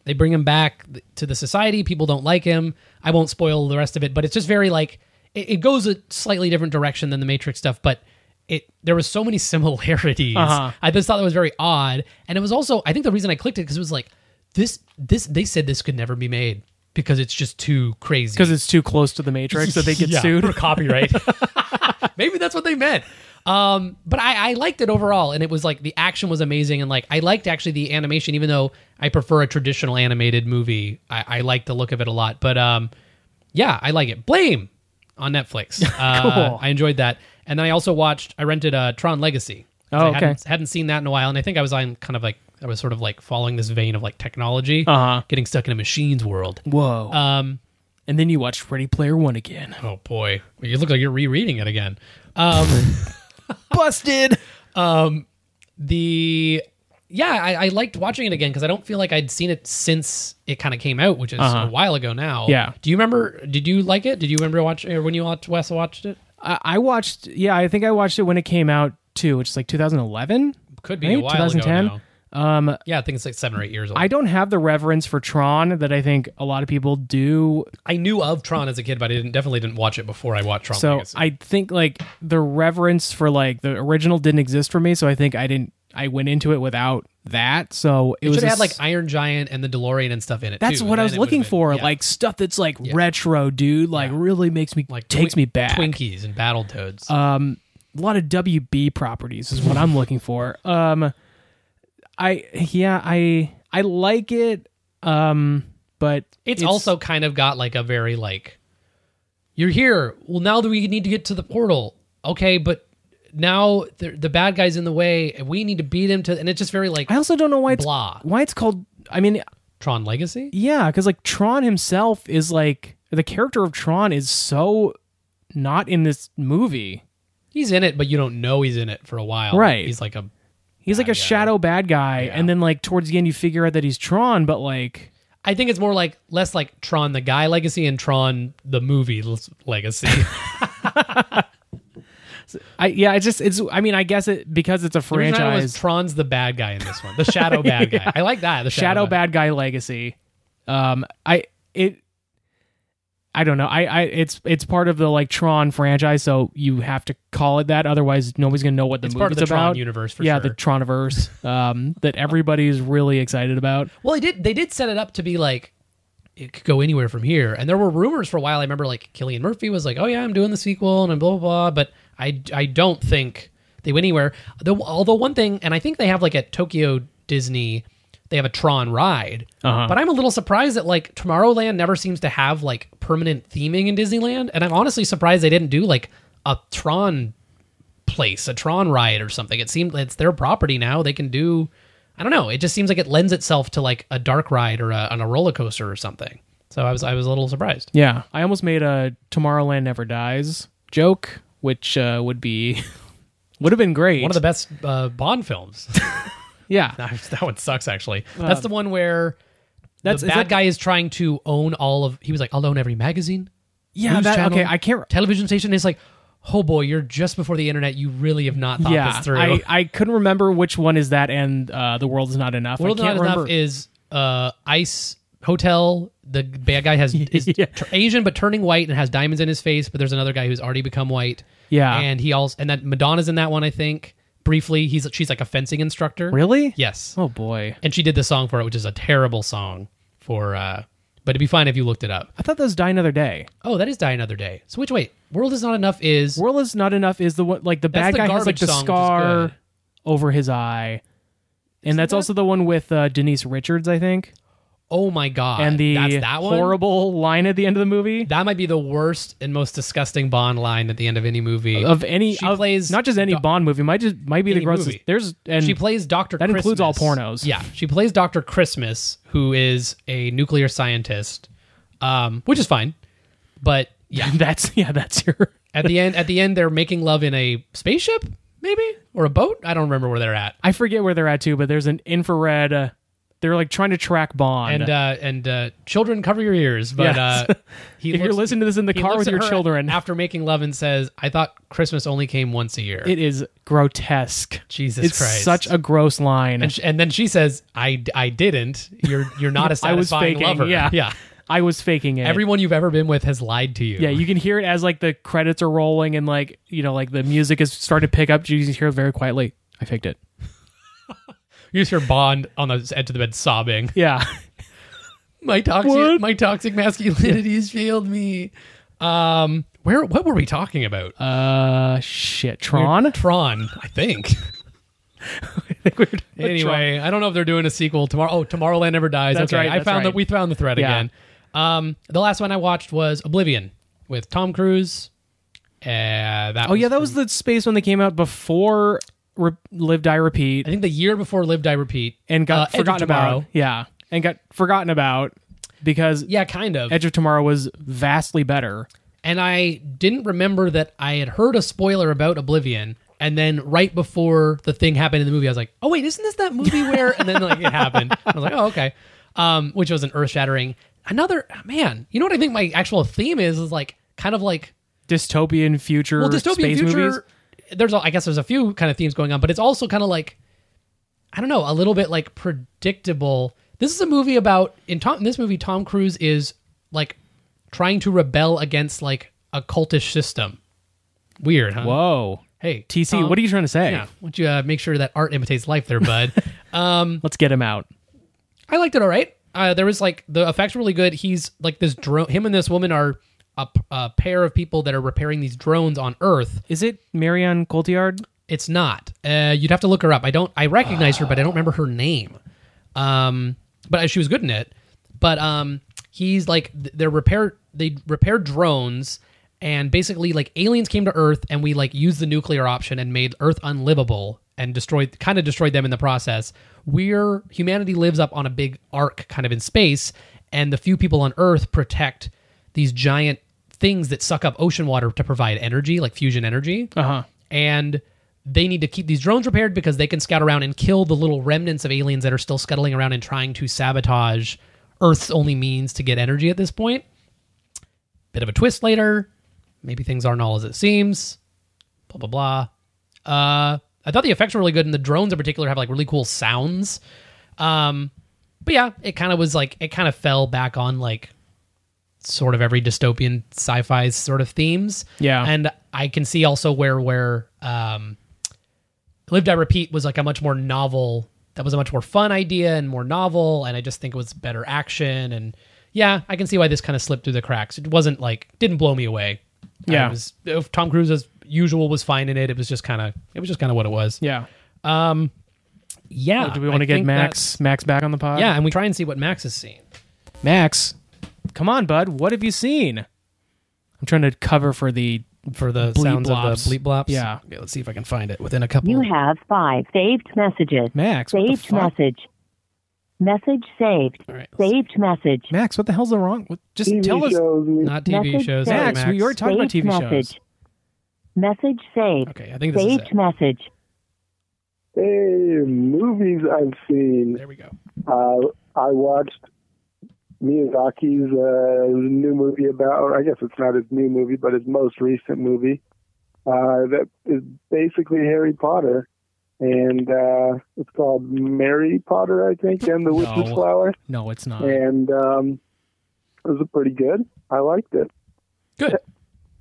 they bring him back th- to the society people don't like him i won't spoil the rest of it but it's just very like it, it goes a slightly different direction than the matrix stuff but it there was so many [LAUGHS] similarities
Uh-huh.
i just thought that was very odd and it was also i think the reason i clicked it because it was like this this they said this could never be made because it's just too crazy
Because it's too close to the Matrix that they get
[LAUGHS] Yeah,
sued.
for
[LAUGHS]
copyright. Maybe that's what they meant. Um, but I, I liked it overall, and it was like the action was amazing, and like I liked actually the animation, even though I prefer a traditional animated movie. I, I like the look of it a lot, but um, yeah, I like it. Blame
[LAUGHS]
on Netflix. Uh, I enjoyed that, and then I also watched. I rented uh, Tron Legacy. 'Cause
Oh,
I hadn't,
okay.
hadn't seen that in a while, and I think I was on kind of like I was sort of like following this vein of like technology,
Uh-huh.
getting stuck in a machines world.
Whoa.
Um,
and then you watch Ready Player One again.
Oh boy, Well, you look like you're rereading it again. Um,
[LAUGHS] Busted.
the yeah, I, I liked watching it again because I don't feel like I'd seen it since it kind of came out, which is a while ago now.
Uh-huh. Yeah.
Do you remember? Did you like it? Did you remember watching or when you watched Wes watched it?
I, I watched. Yeah, I think I watched it when it came out too, which is like 2011.
Could be a
Right?
while
2010?
ago now. Um, yeah, I think it's like seven or eight years old.
I
I,
don't have the reverence for Tron that I think a lot of people do
I knew of Tron as a kid, but I didn't definitely didn't watch it before I watched Tron.
so
Legacy.
I think like the reverence for like the original didn't exist for me, so I think I didn't. I went into it without that, so it,
it
was
should
a
have had like
s-
Iron Giant and the DeLorean and stuff in it.
that's
too,
what I
and
was
then it would've
looking
been-
for,
yeah.
like stuff that's like retro, dude. Like really makes me like takes
Twin-
me back.
Twinkies and Battletoads.
A lot of WB properties is what I'm looking for. Um, I yeah, I I like it. Um, but
it's, also kind of got like a very like you're here well now that we need to get to the portal okay but now the, the bad guy's in the way and we need to beat him to and it's just very like
I also don't know why it's
Blah.
why it's called. I mean,
tron legacy
Yeah, because like Tron himself is like the character of Tron is so not in this movie.
he's in it but you don't know he's in it for a while
Right.
he's like a
He's like a shadow bad guy, and then like towards the end you figure out that he's Tron, but like
i think it's more like less like tron the guy legacy and tron the movie l- legacy [LAUGHS]
I yeah, it's just it's I mean I guess it because it's a
The reason I know is
franchise
tron's the bad guy in this one the shadow bad [LAUGHS] guy i like that the
shadow bad guy legacy. Um, I it. I don't know. I, I it's it's part of the like Tron franchise, so you have to call it that. Otherwise, nobody's gonna know what the
It's
movie's
part of the
about.
Tron universe, for
yeah,
sure.
the Troniverse um, that everybody's really excited about.
Well, they did. They did set it up to be like it could go anywhere from here, and there were rumors for a while. I remember like Killian Murphy was like, "Oh yeah, I'm doing the sequel," and blah blah blah. But I I don't think they went anywhere. The, although one thing, and I think they have like at Tokyo Disney, they have a Tron ride.
Uh-huh.
But I'm a little surprised that like Tomorrowland never seems to have like permanent theming in Disneyland, and I'm honestly surprised they didn't do like a Tron place, a Tron ride or something. It seemed it's their property now. They can do. I don't know. It just seems like it lends itself to like a dark ride or a, on a roller coaster or something. So I was I was a little surprised.
Yeah, I almost made a Tomorrowland Never Dies joke, which uh, would be [LAUGHS] would have been great.
One of the best uh, Bond films. [LAUGHS]
yeah,
that one sucks actually. That's the one where
Um, that's
the
is
bad
that-
guy is trying to own all of. He was like, "I'll own every magazine,
Yeah,
news
that-
channel,
okay, I can't-
television station. It's like, oh boy, you're just before the internet. You really have not thought
yeah,
this through.
I, I couldn't remember which one is that, and uh, the world is not enough.
World
I can't
Not
remember.
Enough is uh, Ice Hotel. The bad guy
[LAUGHS]
has is
Yeah.
tur- Asian but turning white and has diamonds in his face. But there's another guy who's already become white.
Yeah.
and he also and that Madonna's in that one. I think briefly, he's she's like a fencing instructor.
really?
Yes.
Oh boy,
and she did the song for it, which is a terrible song for. uh But it'd be fine if you looked it up.
I thought that was Die Another Day.
Oh, that is Die Another Day. So which wait, World is Not Enough is
World is not enough is the one like the bad
That's the
guy has like
garbage
the
song, which is
scar
good.
over his eye, and that's also the one with uh, Denise Richards, I think,
oh my god,
and the
that's that one?
horrible line at the end of the movie
That might be the worst and most disgusting Bond line at the end of any movie
of any
She
of-
plays
not just any
Do-
Bond movie might just might be the
Any
grossest.
movie.
There's and
she plays Doctor.
that includes all pornos.
Yeah, she plays Doctor Christmas, who is a nuclear scientist, um, which is fine. But
[LAUGHS]
yeah,
[LAUGHS] that's yeah that's your
at the end, at the end, they're making love in a spaceship, maybe or a boat. I don't remember where they're at.
I forget where they're at too, but there's an infrared. Uh, they're like trying to track Bond.
And uh, and uh, children, cover your ears. But
Yes.
uh,
[LAUGHS]
he
if you're
looks-
listening to this in the
he
car
looks
with
at
your
her
children,
after making love and says, "I thought Christmas only came once a year."
it is grotesque.
Jesus
it's
Christ.
such a gross line.
and, sh- and then she says, "I, I didn't. You're you're not
[LAUGHS]
a
I was
satisfying
faking,
lover."
yeah.
yeah.
I was faking it.
Everyone you've ever been with has lied to you.
yeah, you can hear it as like the credits are rolling and like you know like the music is starting to pick up. You can hear it very quietly. I faked it.
You just hear Bond on the edge of the bed sobbing. [LAUGHS]
Yeah,
My toxic,
What?
my toxic masculinity has failed me. Um, where, what were we talking about? Uh,
uh, shit, [LAUGHS] Tron.
Tron, I think. [LAUGHS] anyway, I don't know if they're doing a sequel tomorrow. Oh, Tomorrowland Never Dies.
That's
okay,
right,
I
that's
found that
right.
we found the thread
Yeah.
again. Um, the last one I watched was Oblivion with Tom Cruise. Uh, that
Oh yeah, that was the space one that came out before Re- Live Die Repeat
I think the year before Live Die Repeat
and
uh,
got
Edge of
forgotten
Tomorrow.
about. Yeah, and got forgotten about because
Yeah, kind of.
Edge of Tomorrow was vastly better.
and I didn't remember that I had heard a spoiler about Oblivion. And then right before the thing happened in the movie, I was like, "Oh wait, isn't this that movie where?" And then like it happened. I was like, "Oh okay," um, which was an earth shattering. Another man. You know what I think? My actual theme is is like kind of like
Dystopian future,
well, dystopian
space
future.
movies.
There's a, I guess there's a few kind of themes going on, but it's also kind of like I don't know, a little bit like predictable. This is a movie about in Tom. In this movie, Tom Cruise is like trying to rebel against like a cultish system. Weird, huh?
Whoa,
Hey,
TC, what are you trying to say?
Uh, Yeah, would you uh, make sure that art imitates life, there, bud? [LAUGHS] Um,
Let's get him out.
I liked it all right. Uh, there was like the effects were really good. He's like this drone. Him and this woman are a, p- a pair of people that are repairing these drones on Earth,
Is it Marianne Cotillard?
It's not. Uh, you'd have to look her up. I don't. I recognize her, but I don't remember her name. Um, but she was good in it. But um, he's like th- they're repair. They repair drones, and basically like aliens came to Earth, and we like used the nuclear option and made Earth unlivable and destroyed, kind of destroyed them in the process. We're humanity lives up on a big arc, kind of in space, and the few people on Earth protect these giant things that suck up ocean water to provide energy, like fusion energy. Uh huh. And they need to keep these drones repaired because they can scout around and kill the little remnants of aliens that are still scuttling around and trying to sabotage Earth's only means to get energy at this point. Bit of a twist later. Maybe things aren't all as it seems. Blah, blah, blah. Uh, I thought the effects were really good, and the drones in particular have like really cool sounds. Um, but yeah, it kind of was like, it kind of fell back on like sort of every dystopian sci-fi sort of themes.
Yeah.
and I can see also where where um, Live Die Repeat was like a much more novel. That was a much more fun idea and more novel, and I just think it was better action. And yeah, I can see why this kind of slipped through the cracks. It wasn't like didn't blow me away.
Yeah.
it was, if Tom Cruise as usual was fine in it. It was just kind of it was just kind of what it was.
Yeah.
Yeah.
Do we want
I
to get
think
Max Max back on the pod?
that's- Yeah, and we try and see what Max has seen.
Max, come on, bud. What have you seen? I'm trying to cover for the
For the
Bleep
sounds
blops.
of the bleep blops.
Yeah.
Okay, let's see if I can find it within a couple.
You have five saved messages.
Max. What the
Saved
fuck?
message. Message saved.
All right, let's-
Saved message.
Max, what the hell's the wrong? what- Just
TV
tell us.
shows we
Not TV
Message
shows.
saved.
sorry,
Max, we already talked about
Saved
TV
message.
shows.
Message saved.
Okay, I think this is
Saved
it.
message.
Hey, eh, movies I've seen.
There we go.
Uh, I watched Miyazaki's uh, new movie about, or I guess it's not his new movie, but his most recent movie uh, that is basically Harry Potter. And uh, it's called Mary Potter, I think, and the Witch's
No. Uh.
Flower.
No, it's not.
And um, it was pretty good. I liked it.
Good.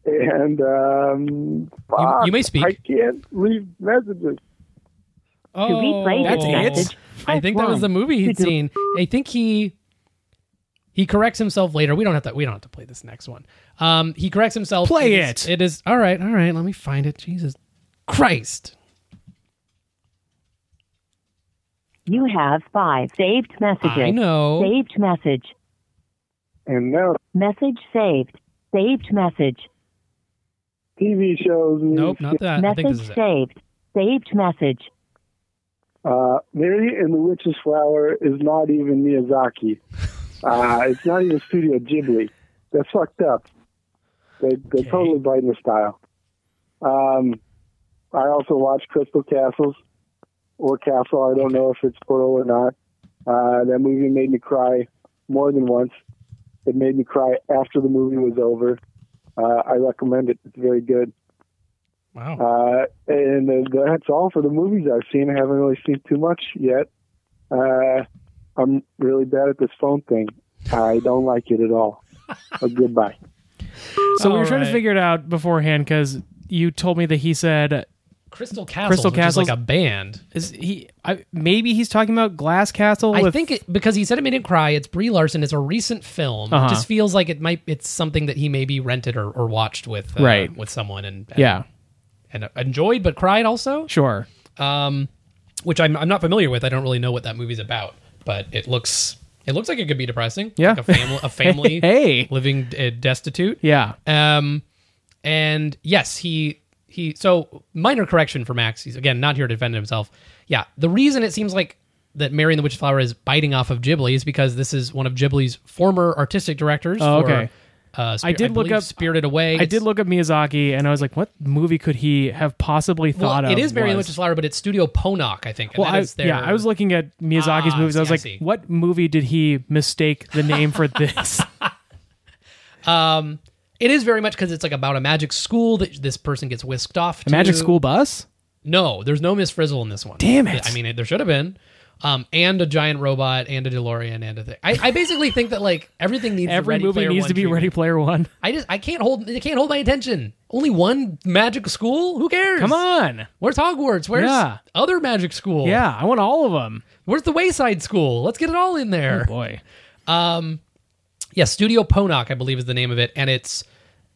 And um, fuck,
you may speak.
I can't leave messages.
Oh,
replay this
that's it?
message,
I
press
think that was
one.
the movie he'd
To do-
seen. I think he he corrects himself later. We don't have to. We don't have to play this next one. Um, he corrects himself.
Play
It is-
it.
it is all right. All right. Let me find it. Jesus Christ.
You have five saved messages.
I know.
Saved message.
And now
Message saved. Saved message.
TV shows. and
Nope, not that. I think this
message
is it.
saved. Saved message.
Uh, Mary and the Witch's Flower is not even Miyazaki. Uh, it's not even Studio Ghibli. That's fucked up. They, they're
Okay.
totally biting the style. Um, I also watch Crystal Castles or Castle. I don't know if it's plural or not. Uh, that movie made me cry more than once. It made me cry after the movie was over. Uh, I recommend it. It's very good.
Wow.
Uh, and uh, that's all for the movies I've seen. I haven't really seen too much yet. Uh, I'm really bad at this phone thing. I don't like it at all. Uh, goodbye.
so we were
All
trying
right.
to figure it out beforehand because you told me that he said
Crystal Castles.
Crystal
which is like
Castles-
a band.
is he I, maybe he's talking about Glass Castle.
I
with-
think it, because he said it made him cry. It's Brie Larson. It's a recent film. It
Uh-huh.
just feels like it might. It's something that he maybe rented or, or watched with uh,
Right.
with someone and, and
yeah,
and enjoyed but cried also.
sure.
Um, which I'm I'm not familiar with. I don't really know what that movie's about, but it looks it looks like it could be depressing.
Yeah.
like a family a family
[LAUGHS] Hey.
living uh, destitute.
Yeah,
Um, and yes, he he. So minor correction for Max. He's again not here to defend himself. Yeah, the reason it seems like that Mary and the Witch Flower is biting off of Ghibli is because this is one of Ghibli's former artistic directors.
Oh,
for,
okay.
Uh, Spir-
I did look
believe
up-
Spirited Away.
I
It's-
did look up Miyazaki and I was like, what movie could he have possibly thought
Well,
of?
it is Mary and the
was-
Witch Flower, but it's Studio Ponok, I think. And
Well,
that
I,
is their,
yeah, I was looking at Miyazaki's
Ah,
movies. I
see,
was
I
like,
see.
what movie did he mistake the name for
[LAUGHS]
this?
It is very much because it's like about a magic school that this person gets whisked off.
[LAUGHS]
to.
Magic School Bus?
No, there's no Miss Frizzle in this one.
Damn it.
I mean, there should have been. Um, and a giant robot, and a DeLorean, and a thing. I, I basically think that like everything needs the
Every
Ready
movie
Player
needs
One
to be
treatment.
Ready Player One.
I just I can't hold it can't hold my attention. Only one magic school. Who cares?
Come on.
Where's Hogwarts? Where's
Yeah.
other magic school?
Yeah, I want all of them.
Where's the Wayside School? Let's get it all in there.
Oh, Boy.
Yeah, Studio Ponok, I believe, is the name of it, and it's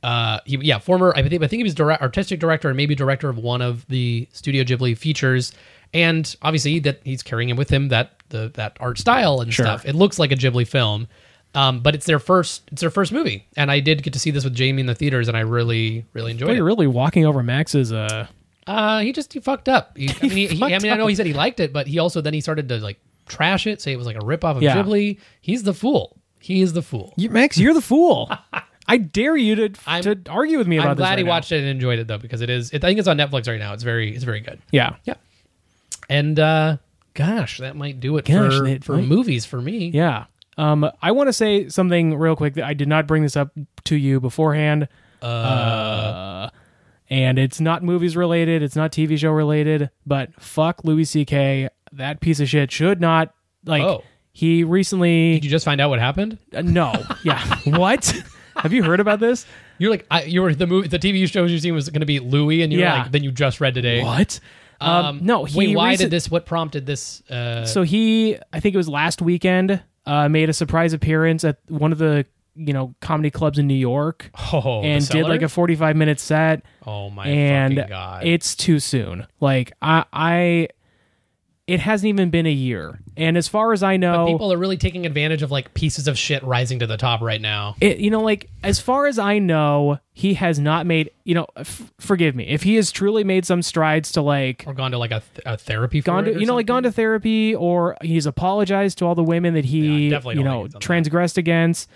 uh, he, yeah, former. I think I think he was direct, artistic director and maybe director of one of the Studio Ghibli features, and obviously that he's carrying him with him that the that art style and stuff. It looks like a Ghibli film, um, but it's their first it's their first movie, and I did get to see this with Jamie in the theaters, and I really really enjoyed
Boy,
it.
you're Oh, really walking over Max's. Uh,
Uh, he just he fucked up.
[LAUGHS]
He, I mean, he, he- I
fucked
mean, I know
up.
he said he liked it, but he also then he started to like trash it, say it was like a ripoff of
Yeah.
Ghibli. He's the fool. He is the fool.
you, Max, you're the fool. [LAUGHS] I dare you to,
I'm-
to argue with me about
I'm
this.
glad
right
he
now.
watched it and enjoyed it though because it is. It, I think it's on Netflix right now. It's very it's very good.
Yeah.
Yeah. And uh gosh, that might do it
Gosh,
for
that
for
might-
movies for me.
Yeah. Um, I want to say something real quick that I did not bring this up to you beforehand. Uh,
Uh.
and it's not movies related, it's not TV show related, but fuck Louis C.K. That piece of shit should not like.
Oh.
He recently
Did you just find out what happened?
uh, no, yeah.
[LAUGHS]
what? Have you heard about this?
You're like I, you were the movie the TV shows you've seen was going to be Louie and you're
Yeah.
like then you just read today.
What? Um, no. He
Wait, why
recent-
did this? What prompted this?
[LAUGHS]
Uh,
So he, I think it was last weekend, uh, made a surprise appearance at one of the you know comedy clubs in New York,
oh, the
and did
Cellar?
like a forty-five minute set.
oh my
and
fucking god!
it's too soon. Like I, I, it hasn't even been a year, and as far as I know,
People are really taking advantage of like pieces of shit rising to the top right now.
it, you know, like as far as I know, he has not made. You know, f- forgive me if he has truly made some strides to like
Or gone to like a, th- a therapy. for
gone to
it or
you know like
something?
gone to therapy or he's apologized to all the women that
Yeah, I
he
definitely
you
don't
know
think it's on that.
transgressed against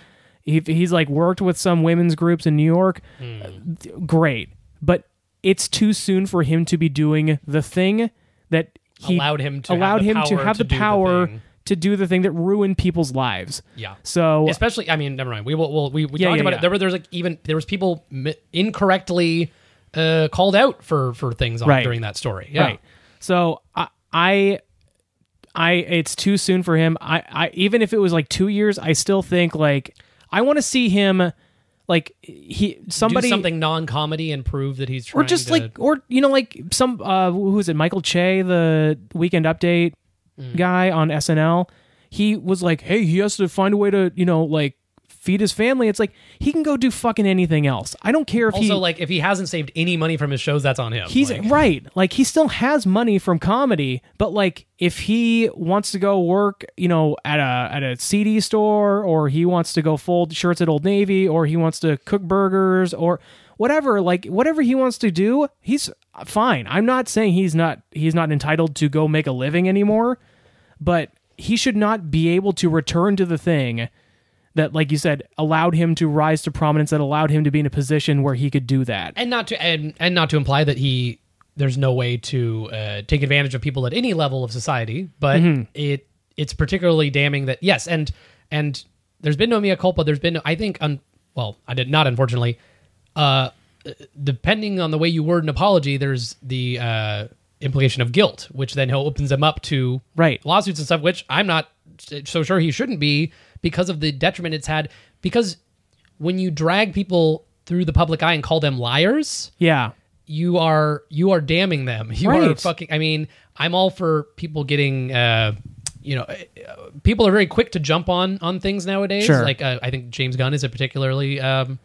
he, he's like worked with some women's groups in new york
Hmm.
Uh, great but it's too soon for him to be doing the thing that he
Allowed him to have
allowed
the
him to
power
have
to
the
do the
power
thing.
to do the thing that ruined people's lives.
Yeah.
So
especially i mean never mind we will we'll, we, we
Yeah,
talked
yeah,
about
yeah.
it there were there's like even there was people mi- incorrectly uh called out for for things on
Right.
during that story yeah.
Right. So I, I, I, it's too soon for him. I, I, even if it was like two years, I still think like I want to see him, like he somebody
do something non-comedy and prove that he's
or
trying
just
to-
like or you know like some uh who is it Michael Che the Weekend Update
Mm.
guy on SNL. He was like, hey, he has to find a way to you know like feed his family. It's like he can go do fucking anything else. I don't care if he
also like if he hasn't saved any money from his shows that's on him
He's
Like,
right. Like he still has money from comedy, but like if he wants to go work, you know, at a at a CD store or he wants to go fold shirts at Old Navy or he wants to cook burgers or whatever, like whatever he wants to do, he's fine. I'm not saying he's not he's not entitled to go make a living anymore, but he should not be able to return to the thing that like you said allowed him to rise to prominence that allowed him to be in a position where he could do that.
and not to and, and not to imply that he there's no way to uh, take advantage of people at any level of society but it it's particularly damning that yes and and there's been no mea culpa there's been no, i think un, well i did not unfortunately uh depending on the way you word an apology there's the uh implication of guilt which then opens him up to
Right.
lawsuits and stuff which i'm not so sure he shouldn't be because of the detriment it's had because when you drag people through the public eye and call them liars,
Yeah.
you are you are damning them. You are
Right.
fucking. I mean, I'm all for people getting. Uh, you know, uh, people are very quick to jump on on things nowadays.
Sure.
Like uh, I think James Gunn is a particularly um,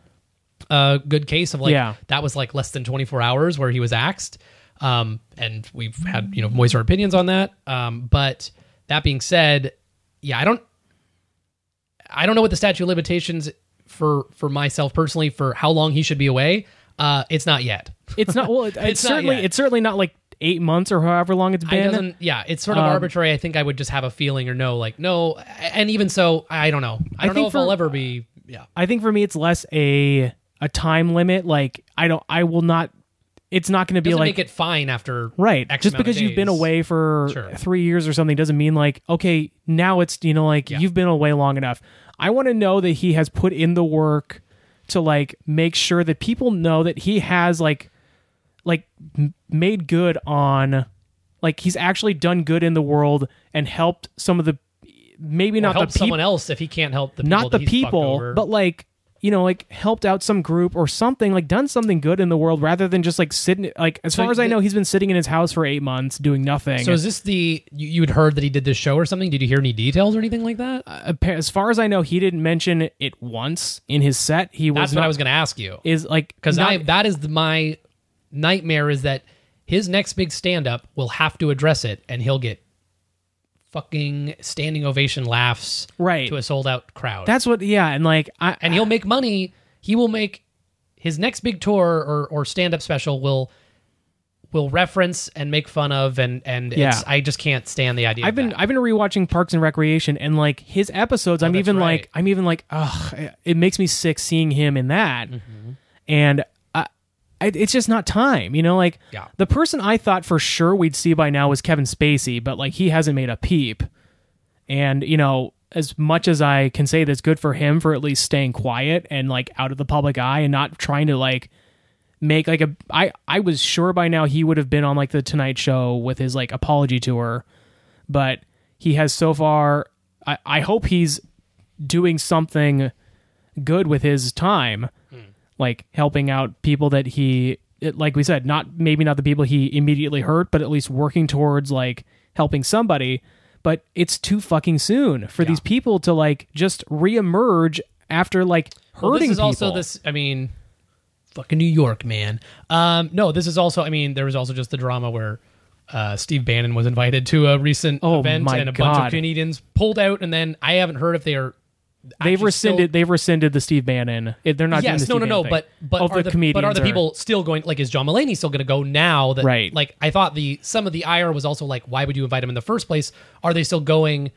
uh, good case of like
Yeah.
that was like less than 24 hours where he was axed. Um, and we've had you know moister opinions on that. Um, but that being said, yeah, I don't I don't know what the statute of limitations for for myself personally for how long he should be away. Uh, it's not yet.
It's not.
[LAUGHS]
Well, it, it's,
It's not
certainly
yet.
it's certainly not like eight months or however long it's
I
been.
doesn't. Yeah, it's sort of
Um,
arbitrary. I think I would just have a feeling or no, like no. And even so, I don't know. I
I
don't know
think
if I'll
for-
ever be. Yeah,
I think for me, it's less a a time limit. Like I don't. I will not. It's not going to be
doesn't
like
make it fine after
right.
X
Just
amount of
because you've been
days.
away for
Sure.
three years or something doesn't mean like okay now it's you know like you've been away long enough. I want to know that he has put in the work to like make sure that people know that he has like like m- made good on like he's actually done good in the world and helped some of the maybe
Or
not
help
the people
someone else if he can't help the people
not the
that he's fucked
people,
over.
but like you know, like helped out some group or something, like done something good in the world rather than just like sitting. Like as
So
far as I
the-
know, he's been sitting in his house for eight months doing nothing.
so is this the you, you'd heard that he did this show or something? Did you hear any details or anything like that?
Appa- as far as I know, he didn't mention it once in his set. He was
That's what
not-
I was going to ask you.
Is like
because
not-
I that is the, my nightmare is that his next big stand up will have to address it and he'll get fucking standing ovation laughs
Right.
to a sold out crowd.
that's what yeah, and like I
and he'll make money. He will make his next big tour or or stand up special will will reference and make fun of and and
Yeah.
it's, I just can't stand the idea.
I've
of
been
that. Oh,
I've been rewatching Parks and Recreation and like his episodes. I'm
that's
even
right.
like I'm even like ugh, it makes me sick seeing him in that,
Mm-hmm.
and I, I, it's just not time. You know, like
Yeah.
the person I thought for sure we'd see by now was Kevin Spacey, but like he hasn't made a peep, and you know. As much as I can say that's good for him for at least staying quiet and like out of the public eye and not trying to like make like a I I was sure by now he would have been on like the Tonight Show with his like apology tour, but he has so far. I I hope he's doing something good with his time, like helping out people that he it- like we said not maybe not the people he immediately hurt, but at least working towards like helping somebody. But it's too fucking soon for these people to like just reemerge after like hurting
Well, this is
people.
also this i mean fucking new york man um no this is also i mean there was also just the drama where uh, Steve Bannon was invited to a recent
Oh,
event,
my
and a bunch of
God.
Canadians pulled out. And then I haven't heard if they are.
They've
actually still-
rescinded. they've rescinded the Steve Bannon. It- They're not doing
yes,
the
no,
Steve
no, no.
Bannon
But
thing.
but
Of
are
the
the,
comedians
but are the
or-
people still going? Like, is John Mulaney still going to go now? That
Right.
Like, I thought the some of the ire was also like, why would you invite him in the first place? Are they still going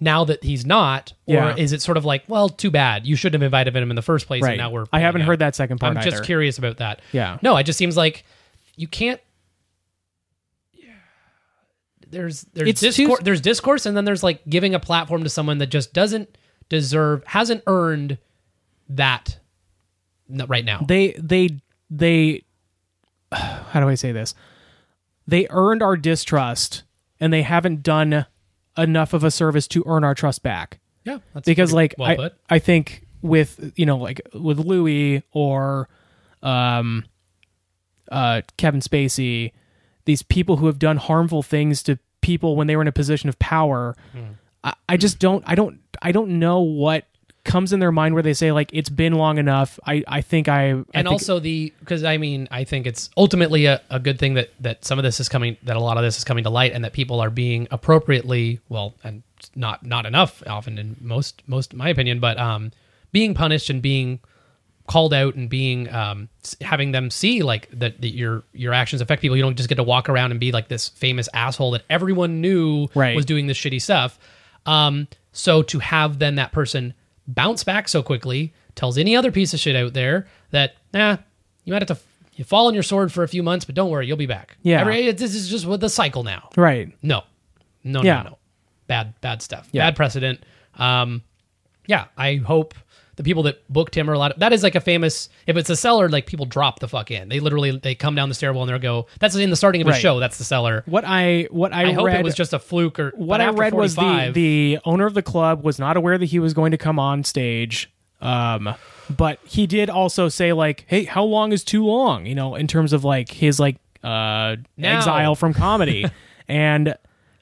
now that he's not? Or
Yeah.
is it sort of like, well, too bad you shouldn't have invited him in the first place?
right
And now we're.
I haven't
pulling out.
heard that second part
I'm
either.
just curious about that.
Yeah.
No, it just seems like you can't. there's there's
It's too-
discourse, there's discourse, and then there's like giving a platform to someone that just doesn't deserve, hasn't earned that n- right now.
they they they [SIGHS] how do i say this they earned our distrust and they haven't done enough of a service to earn our trust back
yeah, that's
because
pretty
like
well
I,
put.
I think with you know like with Louis or um uh Kevin Spacey these people who have done harmful things to people when they were in a position of power
Hmm.
I, I just don't I don't I don't know what comes in their mind where they say like it's been long enough I I think I I
and
think-
also the because I mean I think it's ultimately a, a good thing that that some of this is coming that a lot of this is coming to light and that people are being appropriately well and not not enough often in most most in my opinion but um being punished and being called out and being um s- having them see like that, that your your actions affect people you don't just get to walk around and be like this famous asshole that everyone knew
Right.
was doing this shitty stuff um so to have then that person bounce back so quickly tells any other piece of shit out there that nah you might have to f- you fall on your sword for a few months but don't worry you'll be back
Yeah.
Every, it- this is just what the cycle now
right
no no
Yeah.
no no bad bad stuff
Yeah.
bad precedent um yeah i hope the people that booked him are a lot of, that is like a famous if it's a seller like people drop the fuck in they literally they come down the stairwell and they'll go that's in the starting of a
Right.
show that's the seller
what I what I,
i, hope
read
it was just a fluke or
what
but
I
after
read was the
45
the owner of the club was not aware that he was going to come on stage. Um, but he did also say like, "Hey, how long is too long?" You know, in terms of like his like uh
Now.
exile from
[LAUGHS]
comedy. and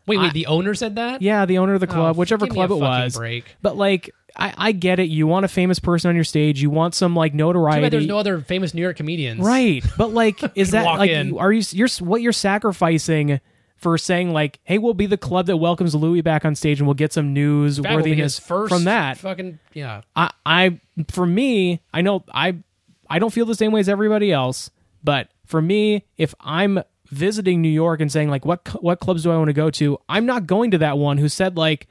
wait wait the owner said that
yeah, the owner of the club, whichever
Oh, give me
club
a
it
fucking
was.
break.
But like, I I get it. You want a famous person on your stage. You want some like
Too
notoriety.
bad there's no other famous new york comedians
Right. But
[LAUGHS]
like, is that
walk
like,
in.
are you, you're, what you're sacrificing for saying like, hey, we'll be the club that welcomes Louis back on stage and we'll get some
that will be his
newsworthiness
first
from that.
fucking yeah
I, I, for me, I know I, I don't feel the same way as everybody else, but for me, if I'm visiting New York and saying like, what, cl- what clubs do I want to go to? I'm not going to that one who said like,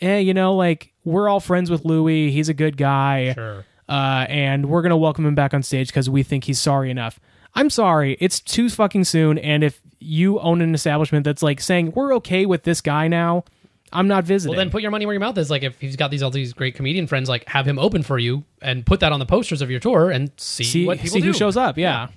eh, you know, like we're all friends with Louis. He's a good guy
sure
uh, and we're gonna welcome him back on stage because we think he's sorry enough. I'm sorry, it's too fucking soon. And if you own an establishment that's like saying we're okay with this guy now, I'm not visiting.
Well, then put your money where your mouth is. Like, if he's got these all these great comedian friends, like have him open for you and put that on the posters of your tour and see,
see
what people
see
do.
who shows up. Yeah.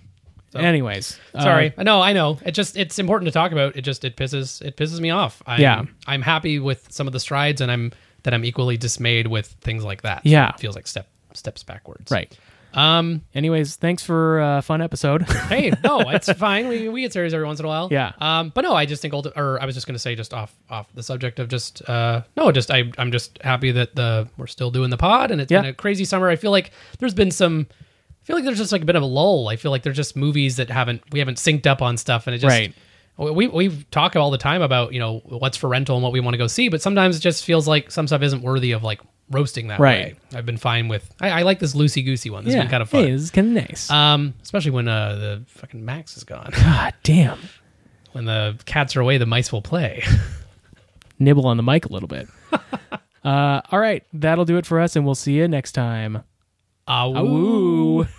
Anyways, uh,
Sorry, no, I know. It just it's important to talk about. It just it pisses it pisses me off. I'm,
Yeah.
I'm happy with some of the strides, and I'm that I'm equally dismayed with things like that.
Yeah.
it feels like step steps backwards.
right.
Um.
Anyways, thanks for uh, fun episode.
hey, no, [LAUGHS] it's fine. We, we get serious every once in a while.
Yeah.
Um. But no, I just think, ulti- or I was just gonna say, just off off the subject of just, uh, no, just I I'm just happy that the we're still doing the pod and it's
Yeah.
been a crazy summer. I feel like there's been some. I feel like there's just like a bit of a lull. I feel like there's just movies that haven't we haven't synced up on stuff, and it just
Right.
we we talk all the time about you know what's for rental and what we want to go see, but sometimes it just feels like some stuff isn't worthy of like roasting that
Right.
way. I've been fine with I, I like this loosey goosey one. This has been kind of fun.
Hey, this is kind of nice.
Um, especially when uh, the fucking Max is gone. [LAUGHS]
God damn.
when the cats are away, the mice will play. [LAUGHS]
Nibble on the mic a little bit. [LAUGHS] uh, all right, that'll do it for us, and we'll see you next time.
Ah, woo.
Awoo.